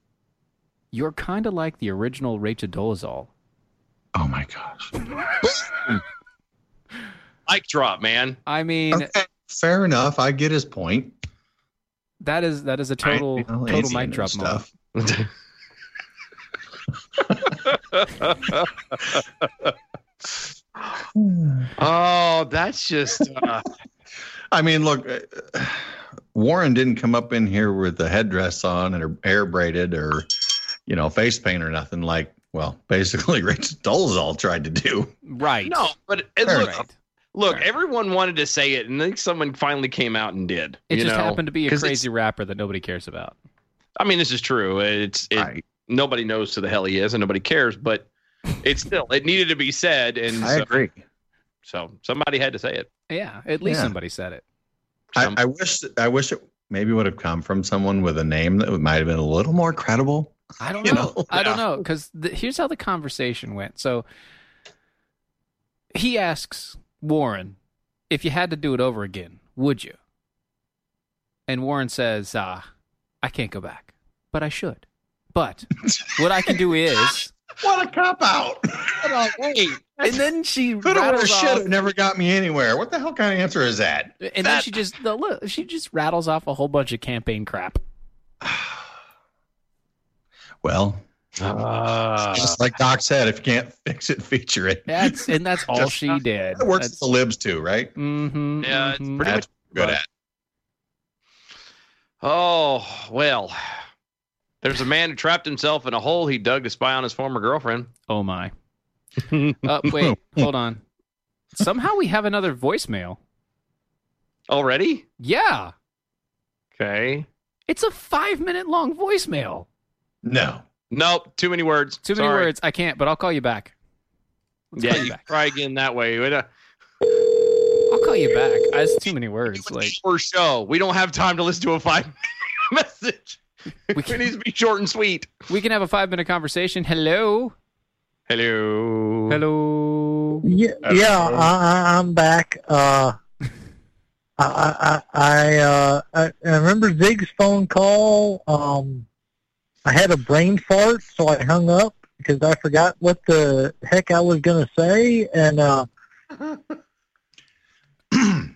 [SPEAKER 6] You're kind of like the original Rachel Dolezal.
[SPEAKER 8] Oh my gosh.
[SPEAKER 5] Mic drop, man.
[SPEAKER 6] I mean,
[SPEAKER 8] Fair enough. I get his point.
[SPEAKER 6] that is that is a total
[SPEAKER 8] you know,
[SPEAKER 6] total
[SPEAKER 8] Asian
[SPEAKER 6] mic
[SPEAKER 8] and
[SPEAKER 6] drop
[SPEAKER 8] stuff.
[SPEAKER 5] moment. oh, that's just. Uh,
[SPEAKER 8] I mean, look, uh, Warren didn't come up in here with a headdress on and her hair braided or, you know, face paint or nothing like, well, basically Rachel Dolezal tried to do.
[SPEAKER 6] Right.
[SPEAKER 5] No, but it,
[SPEAKER 8] Fair
[SPEAKER 5] look,
[SPEAKER 8] enough.
[SPEAKER 5] look, everyone wanted to say it, and then someone finally came out and did.
[SPEAKER 6] It
[SPEAKER 5] you
[SPEAKER 6] just
[SPEAKER 5] know?
[SPEAKER 6] happened to be a
[SPEAKER 5] 'Cause it's-
[SPEAKER 6] crazy rapper that nobody cares about.
[SPEAKER 5] I mean, this is true. It's it, nobody knows who the hell he is, and nobody cares. But it's still it needed to be said, and
[SPEAKER 8] I
[SPEAKER 5] so,
[SPEAKER 8] agree.
[SPEAKER 5] So somebody had to say it.
[SPEAKER 6] Yeah, at least
[SPEAKER 8] Yeah.
[SPEAKER 6] somebody said it.
[SPEAKER 8] I, I wish I wish it maybe would have come from someone with a name that might have been a little more credible.
[SPEAKER 6] I don't know.
[SPEAKER 8] You
[SPEAKER 6] I don't know because here's how the conversation went. So he asks Warren, "If you had to do it over again, would you?" And Warren says, "Ah, I can't go back, but I should. But what I can do is."
[SPEAKER 8] What a cop out!
[SPEAKER 6] and then she
[SPEAKER 8] Coulda, woulda,
[SPEAKER 6] rattles off-
[SPEAKER 8] shoulda never got me anywhere. What the hell kind of answer is that?
[SPEAKER 6] And then she just no, look. She just rattles off a whole bunch of campaign crap.
[SPEAKER 8] Well,
[SPEAKER 6] Ah.
[SPEAKER 5] uh,
[SPEAKER 8] just like Doc said, if you can't fix it, feature it.
[SPEAKER 6] That's and that's all
[SPEAKER 8] Just-
[SPEAKER 6] she did.
[SPEAKER 8] That works
[SPEAKER 6] That's-
[SPEAKER 8] with the libs too, right?
[SPEAKER 6] Mm-hmm.
[SPEAKER 5] Yeah, it's pretty
[SPEAKER 8] That's
[SPEAKER 5] much.
[SPEAKER 8] good at.
[SPEAKER 5] Oh well, there's a man who trapped himself in a hole he dug to spy on his former girlfriend.
[SPEAKER 6] Oh my. Uh, wait, hold on. Somehow we have another voicemail
[SPEAKER 5] already.
[SPEAKER 6] Yeah,
[SPEAKER 5] Okay.
[SPEAKER 6] it's a five minute long voicemail.
[SPEAKER 8] No.
[SPEAKER 5] Nope. Too many words.
[SPEAKER 6] Too many
[SPEAKER 5] Sorry.
[SPEAKER 6] words. I can't, but I'll call you back. Let's
[SPEAKER 5] yeah,
[SPEAKER 6] call you
[SPEAKER 5] you
[SPEAKER 6] back.
[SPEAKER 5] try again that way. uh, We don't-
[SPEAKER 6] I'll call you back. That's too many words. Like
[SPEAKER 5] for show, we don't have time to listen to a five message.
[SPEAKER 6] We
[SPEAKER 5] it needs to be short and sweet.
[SPEAKER 6] we can have a five minute conversation. Hello.
[SPEAKER 5] Hello.
[SPEAKER 6] Hello.
[SPEAKER 7] Yeah, yeah, I, I, I'm back. Uh, I, I, I, I, uh, I, I remember Zig's phone call. Um, I had a brain fart, so I hung up because I forgot what the heck I was gonna say, and uh,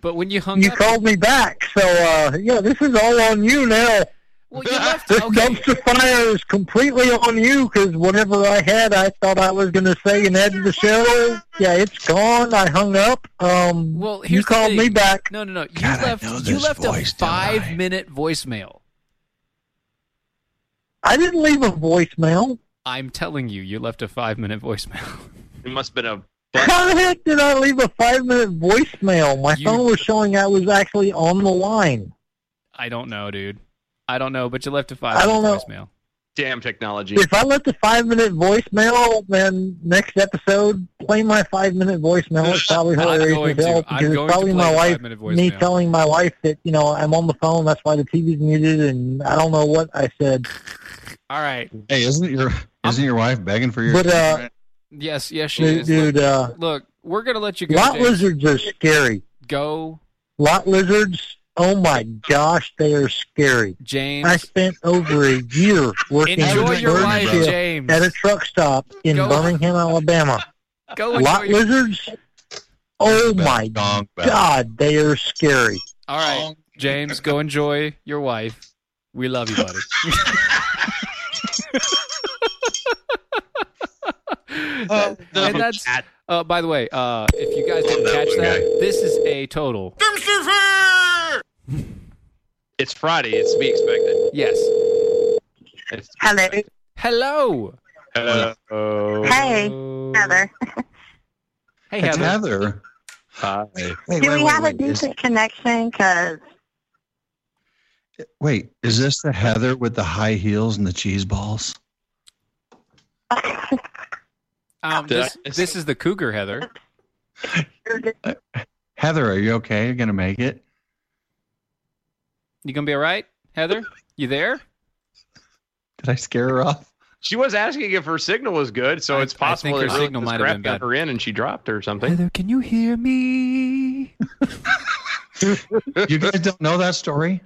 [SPEAKER 6] But when you hung
[SPEAKER 7] you
[SPEAKER 6] up,
[SPEAKER 7] called me back. So uh, yeah, this is all on you now.
[SPEAKER 6] Well, you left.
[SPEAKER 7] This dumpster fire is completely on you because whatever I had, I thought I was going to say and add to the show. Yeah, it's gone. I hung up. Um,
[SPEAKER 6] Well, here's
[SPEAKER 7] you
[SPEAKER 6] the
[SPEAKER 7] called
[SPEAKER 6] thing.
[SPEAKER 7] me back.
[SPEAKER 6] No, no, no. You left. You
[SPEAKER 7] this
[SPEAKER 6] left
[SPEAKER 7] voice,
[SPEAKER 6] a five minute voicemail.
[SPEAKER 7] I didn't leave a voicemail.
[SPEAKER 6] I'm telling you, you left a five minute voicemail.
[SPEAKER 5] It must have been a
[SPEAKER 7] How the heck did I leave a five minute voicemail? My phone was showing I was actually on the line.
[SPEAKER 6] I don't know, dude. I don't know, but you left a five
[SPEAKER 7] I
[SPEAKER 6] minute
[SPEAKER 7] don't know.
[SPEAKER 6] voicemail.
[SPEAKER 5] damn technology.
[SPEAKER 7] If I left a five minute voicemail, then next episode, play my five minute voicemail. It's probably
[SPEAKER 6] I'm
[SPEAKER 7] hilarious
[SPEAKER 6] going
[SPEAKER 7] as hell
[SPEAKER 6] to. I'm
[SPEAKER 7] because
[SPEAKER 6] going
[SPEAKER 7] it's
[SPEAKER 6] to
[SPEAKER 7] probably
[SPEAKER 6] play
[SPEAKER 7] my
[SPEAKER 6] the
[SPEAKER 7] wife,
[SPEAKER 6] five-minute
[SPEAKER 7] me
[SPEAKER 6] voicemail.
[SPEAKER 7] telling my wife that, you know, I'm on the phone. That's why the TV's muted and I don't know what I said.
[SPEAKER 6] All right.
[SPEAKER 8] Hey, isn't your isn't your wife begging for your?
[SPEAKER 7] But, uh,
[SPEAKER 6] Yes, yes, she
[SPEAKER 7] Dude,
[SPEAKER 6] is.
[SPEAKER 7] dude,
[SPEAKER 6] look,
[SPEAKER 7] uh,
[SPEAKER 6] look, we're gonna let you go.
[SPEAKER 7] Lot
[SPEAKER 6] James.
[SPEAKER 7] lizards are scary.
[SPEAKER 6] Go,
[SPEAKER 7] Lot lizards, oh my gosh, they are scary.
[SPEAKER 6] James.
[SPEAKER 7] I spent over a year working
[SPEAKER 6] Enjoy
[SPEAKER 7] as a
[SPEAKER 6] your
[SPEAKER 7] bird
[SPEAKER 6] life,
[SPEAKER 7] shift
[SPEAKER 6] James.
[SPEAKER 7] at a truck stop in
[SPEAKER 6] Go-
[SPEAKER 7] Birmingham, Alabama.
[SPEAKER 6] go. enjoy
[SPEAKER 7] Lot
[SPEAKER 6] your-
[SPEAKER 7] lizards, oh my god, they are scary.
[SPEAKER 6] All right, James. Go enjoy your wife. We love you, buddy. That- and that's. Uh, by the way, uh, if you guys didn't catch that, this is a total.
[SPEAKER 5] It's Friday. It's to be expected.
[SPEAKER 6] Yes.
[SPEAKER 5] It's
[SPEAKER 9] Hello.
[SPEAKER 6] Hello.
[SPEAKER 5] Hello.
[SPEAKER 9] Hey, Heather.
[SPEAKER 6] Hey,
[SPEAKER 8] It's
[SPEAKER 6] Heather.
[SPEAKER 8] Heather.
[SPEAKER 5] Hi.
[SPEAKER 9] Do we have a decent connection? Because
[SPEAKER 8] Wait, is this the Heather with the high heels and the cheese balls?
[SPEAKER 6] Um, this, this is the Cougar Heather.
[SPEAKER 8] Heather, are you okay? You gonna make it?
[SPEAKER 6] You gonna be all right, Heather? You there?
[SPEAKER 8] Did I scare her off?
[SPEAKER 5] She was asking if her signal was good, so it's possible
[SPEAKER 6] her
[SPEAKER 5] that really
[SPEAKER 6] signal
[SPEAKER 5] just
[SPEAKER 6] might have
[SPEAKER 5] crap
[SPEAKER 6] been
[SPEAKER 5] got
[SPEAKER 6] bad.
[SPEAKER 5] her in and she dropped her or something.
[SPEAKER 6] Heather, can you hear me?
[SPEAKER 8] you guys don't know that story?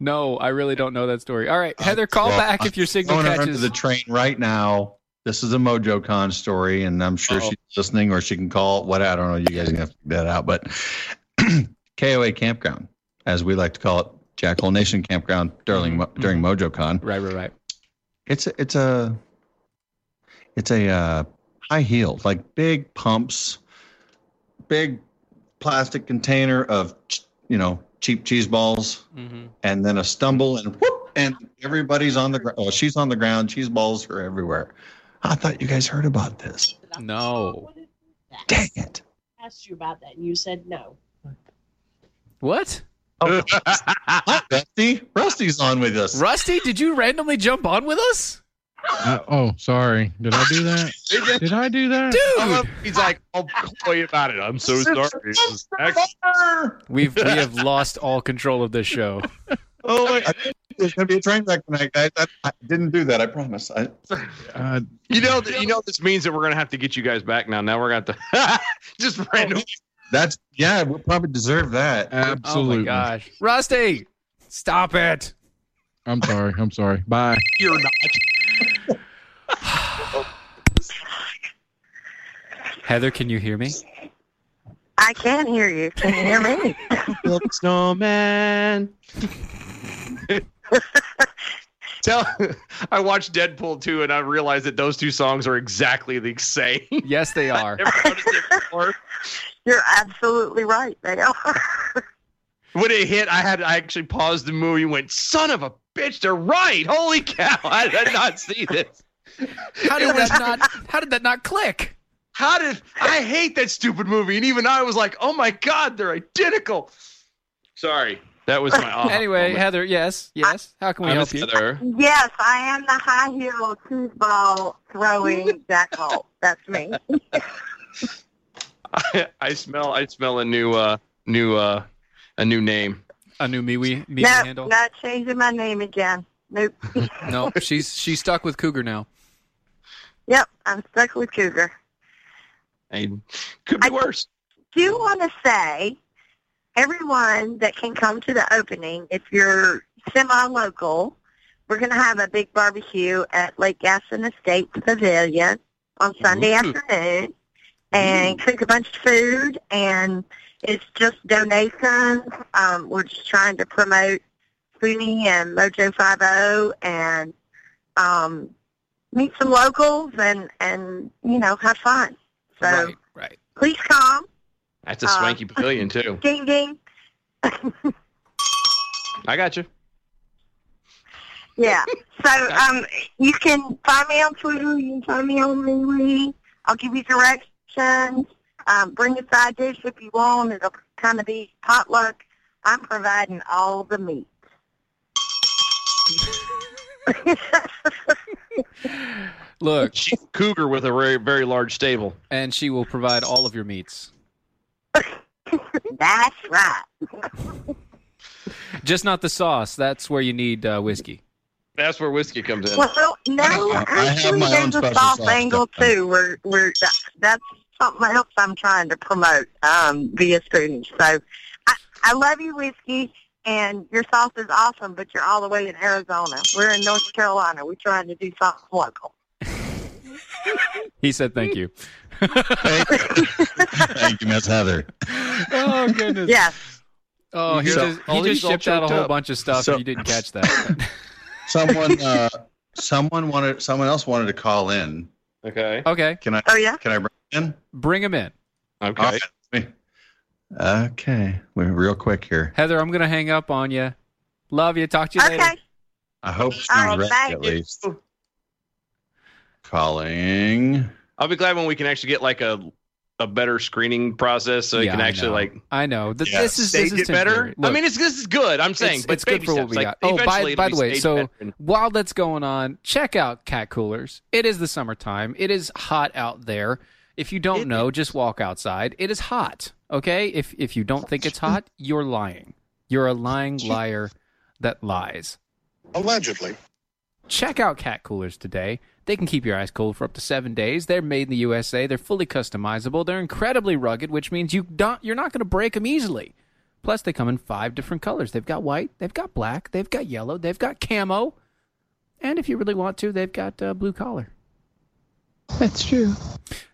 [SPEAKER 6] No, I really don't know that story. All right,
[SPEAKER 8] Oh,
[SPEAKER 6] Heather, call
[SPEAKER 8] Well,
[SPEAKER 6] back if your
[SPEAKER 8] I'm
[SPEAKER 6] signal
[SPEAKER 8] throwing her
[SPEAKER 6] catches.
[SPEAKER 8] under the train right now. This is a MojoCon story, and I'm sure
[SPEAKER 6] Uh-oh.
[SPEAKER 8] she's listening, or she can call. What I don't know. You guys are gonna have to figure that out. But KOA Campground, as we like to call it, Jackal Nation Campground during Mo during MojoCon.
[SPEAKER 6] Mm-hmm. Right, right, right.
[SPEAKER 8] It's a, it's a it's a uh, high heel, like big pumps, big plastic container of ch- you know cheap cheese balls
[SPEAKER 5] Mm-hmm.
[SPEAKER 8] and then a stumble and whoop, and everybody's on the ground. Oh, she's on the ground. Cheese balls are everywhere. I thought you guys heard about this.
[SPEAKER 6] No.
[SPEAKER 8] Dang it.
[SPEAKER 19] asked you about that, and you said no.
[SPEAKER 6] What?
[SPEAKER 8] Oh, hi, Rusty. Rusty's on with us.
[SPEAKER 6] Rusty, did you randomly jump on with us?
[SPEAKER 11] Uh, oh, sorry. Did I do that? Did I do that?
[SPEAKER 20] He's like, I'll call you about it. I'm so sorry. This is ex-
[SPEAKER 6] We've we have lost all control of this show.
[SPEAKER 8] Oh my! There's gonna be a train wreck tonight, guys. I, I didn't do that. I promise. I,
[SPEAKER 11] uh,
[SPEAKER 5] You know, you know, this means that we're gonna have to get you guys back now. Now we're gonna have to
[SPEAKER 6] Oh,
[SPEAKER 5] just randomly.
[SPEAKER 8] That's yeah. We probably deserve that.
[SPEAKER 11] Absolutely.
[SPEAKER 6] Oh, gosh. Rusty, stop it.
[SPEAKER 11] I'm sorry. I'm sorry. Bye.
[SPEAKER 5] You're not.
[SPEAKER 6] Heather, can you hear me?
[SPEAKER 9] I can hear you. Can you hear me?
[SPEAKER 5] Build a snowman. Tell, I watched Deadpool 2 and I realized that those two songs are exactly the same.
[SPEAKER 6] Yes, they are.
[SPEAKER 9] You're absolutely right. They are.
[SPEAKER 5] when it hit, I had I actually paused the movie and went, "Son of a bitch, they're right! Holy cow! I did not see this.
[SPEAKER 6] How did that not? How did that not click?
[SPEAKER 5] How did I hate that stupid movie? And even I was like, "Oh my god, they're identical." Sorry, that was my. aha
[SPEAKER 6] anyway,
[SPEAKER 5] moment.
[SPEAKER 6] Heather, yes, yes. How can we
[SPEAKER 5] I
[SPEAKER 6] help
[SPEAKER 5] miss
[SPEAKER 6] you?
[SPEAKER 5] Heather.
[SPEAKER 9] Yes, I am the high heel cheese ball throwing jackal. That's me.
[SPEAKER 5] I, I smell. I smell a new, uh, new, uh, a new name.
[SPEAKER 6] A new MeWe, MeWe
[SPEAKER 9] no, not changing my name again. Nope.
[SPEAKER 6] No, she's she's stuck with Cougar now.
[SPEAKER 9] yep, I'm stuck with Cougar.
[SPEAKER 5] Hey, could be worse.
[SPEAKER 9] Do you want to say everyone that can come to the opening, if you're semi-local, we're going to have a big barbecue at Lake Gaston Estate Pavilion on Sunday
[SPEAKER 21] Ooh.
[SPEAKER 9] afternoon and cook a bunch of food and it's just donations. Um, we're just trying to promote Spoonie and Mojo Five O and um, meet some locals and, and, you know, have fun. So
[SPEAKER 5] Right, right.
[SPEAKER 9] please come.
[SPEAKER 5] That's a swanky pavilion too.
[SPEAKER 9] Ding ding.
[SPEAKER 5] I got you.
[SPEAKER 9] Yeah. So um, you can find me on Twitter. You can find me on MeWe. I'll give you directions. Um, bring a side dish if you want. It'll kind of be potluck. I'm providing all the meat.
[SPEAKER 6] Look,
[SPEAKER 5] she's a cougar with a very very large stable,
[SPEAKER 6] and she will provide all of your meats,
[SPEAKER 9] That's right.
[SPEAKER 6] just not the sauce. That's where you need uh, whiskey.
[SPEAKER 5] That's where whiskey comes
[SPEAKER 9] Well, no,
[SPEAKER 6] I have
[SPEAKER 9] actually,
[SPEAKER 6] my own
[SPEAKER 9] there's a
[SPEAKER 6] special
[SPEAKER 9] soft
[SPEAKER 6] sauce,
[SPEAKER 9] angle
[SPEAKER 6] definitely.
[SPEAKER 9] too. Where where that, that's something else I'm trying to promote um, via Spoonie. So I, I love you, whiskey, and your sauce is awesome. But you're all the way in Arizona. We're in North Carolina. We're trying to do something local.
[SPEAKER 6] He said, "Thank you."
[SPEAKER 8] Thank you, Miss Heather.
[SPEAKER 6] oh goodness.
[SPEAKER 9] Yes.
[SPEAKER 6] Oh, he
[SPEAKER 8] So-
[SPEAKER 6] just, he just shipped out a whole bunch of stuff,
[SPEAKER 8] So-
[SPEAKER 6] and you didn't catch that.
[SPEAKER 8] Someone, uh, someone wanted, someone else wanted to call in.
[SPEAKER 5] Okay.
[SPEAKER 6] Okay.
[SPEAKER 8] Can I?
[SPEAKER 9] Oh yeah.
[SPEAKER 8] Can I bring him in?
[SPEAKER 6] Bring him in.
[SPEAKER 5] Okay.
[SPEAKER 8] Okay. We're real quick here.
[SPEAKER 6] Heather, I'm gonna hang up on you. Love you. Talk to you later.
[SPEAKER 8] I hope she's
[SPEAKER 6] All right,
[SPEAKER 8] ready
[SPEAKER 6] bye.
[SPEAKER 8] at least. Calling.
[SPEAKER 5] I'll be glad when we can actually get like a a better screening process so you
[SPEAKER 6] Yeah,
[SPEAKER 5] can
[SPEAKER 6] I
[SPEAKER 5] actually
[SPEAKER 6] know.
[SPEAKER 5] like
[SPEAKER 6] I know Th-
[SPEAKER 5] Yeah.
[SPEAKER 6] this is
[SPEAKER 5] Stage
[SPEAKER 6] this is
[SPEAKER 5] it better? I
[SPEAKER 6] temporary.
[SPEAKER 5] mean, it's this is good. I'm saying,
[SPEAKER 6] it's,
[SPEAKER 5] but
[SPEAKER 6] it's good
[SPEAKER 5] baby
[SPEAKER 6] for what
[SPEAKER 5] steps,
[SPEAKER 6] we
[SPEAKER 5] like,
[SPEAKER 6] got. Oh,
[SPEAKER 5] eventually it'll
[SPEAKER 6] by, by
[SPEAKER 5] be
[SPEAKER 6] the way,
[SPEAKER 5] stage
[SPEAKER 6] so
[SPEAKER 5] better.
[SPEAKER 6] while that's going on, check out cat coolers. It is the summertime. It is hot out there. If you don't know, just walk outside. It is hot. Okay. If if you don't think it's hot, you're lying. You're a lying liar that lies.
[SPEAKER 22] Allegedly.
[SPEAKER 6] Check out cat coolers today. They can keep your ice cold for up to seven days. They're made in the USA. They're fully customizable. They're incredibly rugged, which means you don't, you're not going to break them easily. Plus, they come in five different colors. They've got white, they've got black, they've got yellow, they've got camo, and if you really want to, they've got uh, blue collar.
[SPEAKER 11] That's true.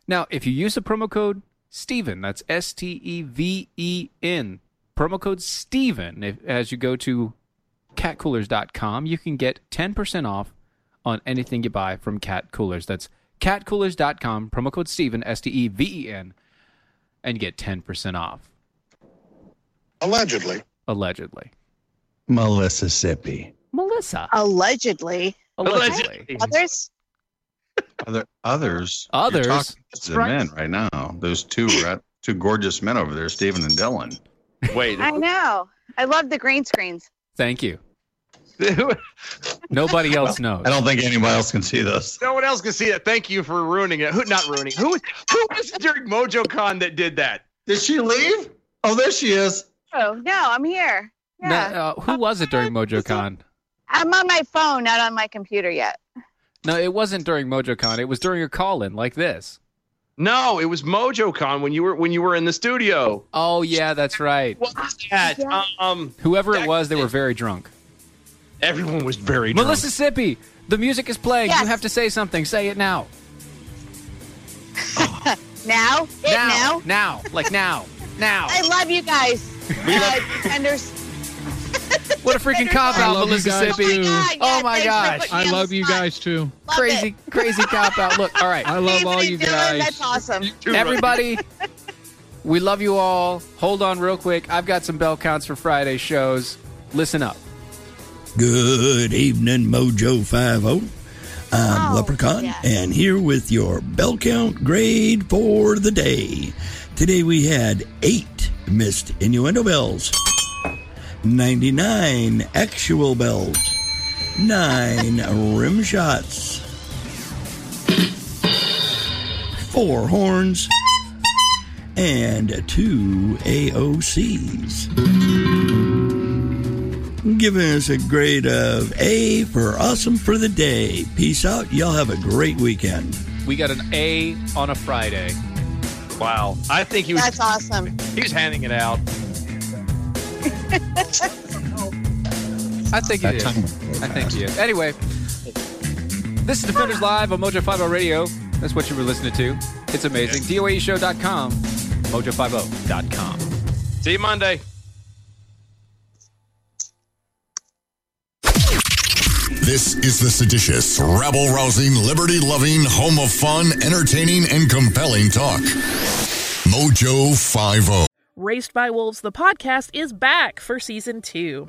[SPEAKER 6] Now, if you use the promo code Steven, that's S T E V E N, promo code Steven, if, as you go to catcoolers.com, you can get 10% off on anything you buy from Cat Coolers. That's catcoolers.com, promo code Steven, S T E V E N, and get 10% off.
[SPEAKER 23] Allegedly.
[SPEAKER 6] Allegedly.
[SPEAKER 8] Melissa Sippy.
[SPEAKER 6] Melissa.
[SPEAKER 3] Allegedly.
[SPEAKER 8] Allegedly.
[SPEAKER 3] Others?
[SPEAKER 8] Other others.
[SPEAKER 6] Others?
[SPEAKER 8] You're talking to the men right now. Those two ra- two gorgeous men over there, Stephen and Dylan.
[SPEAKER 5] Wait.
[SPEAKER 3] I know. I love the green screens.
[SPEAKER 6] Thank you. Nobody else knows.
[SPEAKER 8] I don't think anybody else can see this.
[SPEAKER 5] No one else can see it. Thank you for ruining it. Who not ruining? it. Who who was it during MojoCon that did that?
[SPEAKER 8] Did she leave? Oh, there she is.
[SPEAKER 3] Oh, no, I'm here.
[SPEAKER 6] No,
[SPEAKER 3] Yeah.
[SPEAKER 6] uh, who was it during MojoCon?
[SPEAKER 3] I'm on my phone, not on my computer yet.
[SPEAKER 6] No, it wasn't during MojoCon. It was during a call in like this.
[SPEAKER 5] No, it was MojoCon when you were when you were in the studio.
[SPEAKER 6] Oh yeah, that's right.
[SPEAKER 5] That, um,
[SPEAKER 6] Whoever it was, they were very drunk.
[SPEAKER 5] Everyone was very drunk.
[SPEAKER 6] Melissa Sippy, the music is playing. You have to say something. Say it now.
[SPEAKER 3] Now? Hit
[SPEAKER 6] Now.
[SPEAKER 3] now?
[SPEAKER 6] Now. Like now. Now.
[SPEAKER 3] I love you guys. uh, Anders.
[SPEAKER 6] What a freaking cop
[SPEAKER 24] I
[SPEAKER 6] out,
[SPEAKER 24] love you
[SPEAKER 6] Melissa
[SPEAKER 24] guys
[SPEAKER 6] Sippy.
[SPEAKER 24] too.
[SPEAKER 6] Oh my gosh.
[SPEAKER 24] I love you guys too.
[SPEAKER 6] Crazy, crazy cop out. Look, all right.
[SPEAKER 24] I love all you guys.
[SPEAKER 3] That's awesome.
[SPEAKER 6] Everybody, we love you all. Hold on real quick. I've got some bell counts for Friday shows. Listen up.
[SPEAKER 21] Good evening, Mojo 50. I'm Leprechaun, and here with your bell count grade for the day. Today we had eight missed innuendo bells, 99 actual bells, nine rim shots, four horns, and two AOCs. Giving us a grade of A for awesome for the day. Peace out. Y'all have a great weekend.
[SPEAKER 6] We got an A on a Friday.
[SPEAKER 5] Wow. I think he was
[SPEAKER 3] That's awesome.
[SPEAKER 5] he was handing it out.
[SPEAKER 6] I think
[SPEAKER 5] That
[SPEAKER 6] it is.
[SPEAKER 5] time
[SPEAKER 6] I think it is. Anyway, this is Defenders Live on Mojo 50 Radio. That's what you were listening to. It's amazing. DOAEshow.com, mojo50.com.
[SPEAKER 5] See you Monday.
[SPEAKER 22] This is the seditious, rabble rousing, liberty loving, home of fun, entertaining, and compelling talk. Mojo oh. 50.
[SPEAKER 19] Raced by Wolves, the podcast, is back for season two.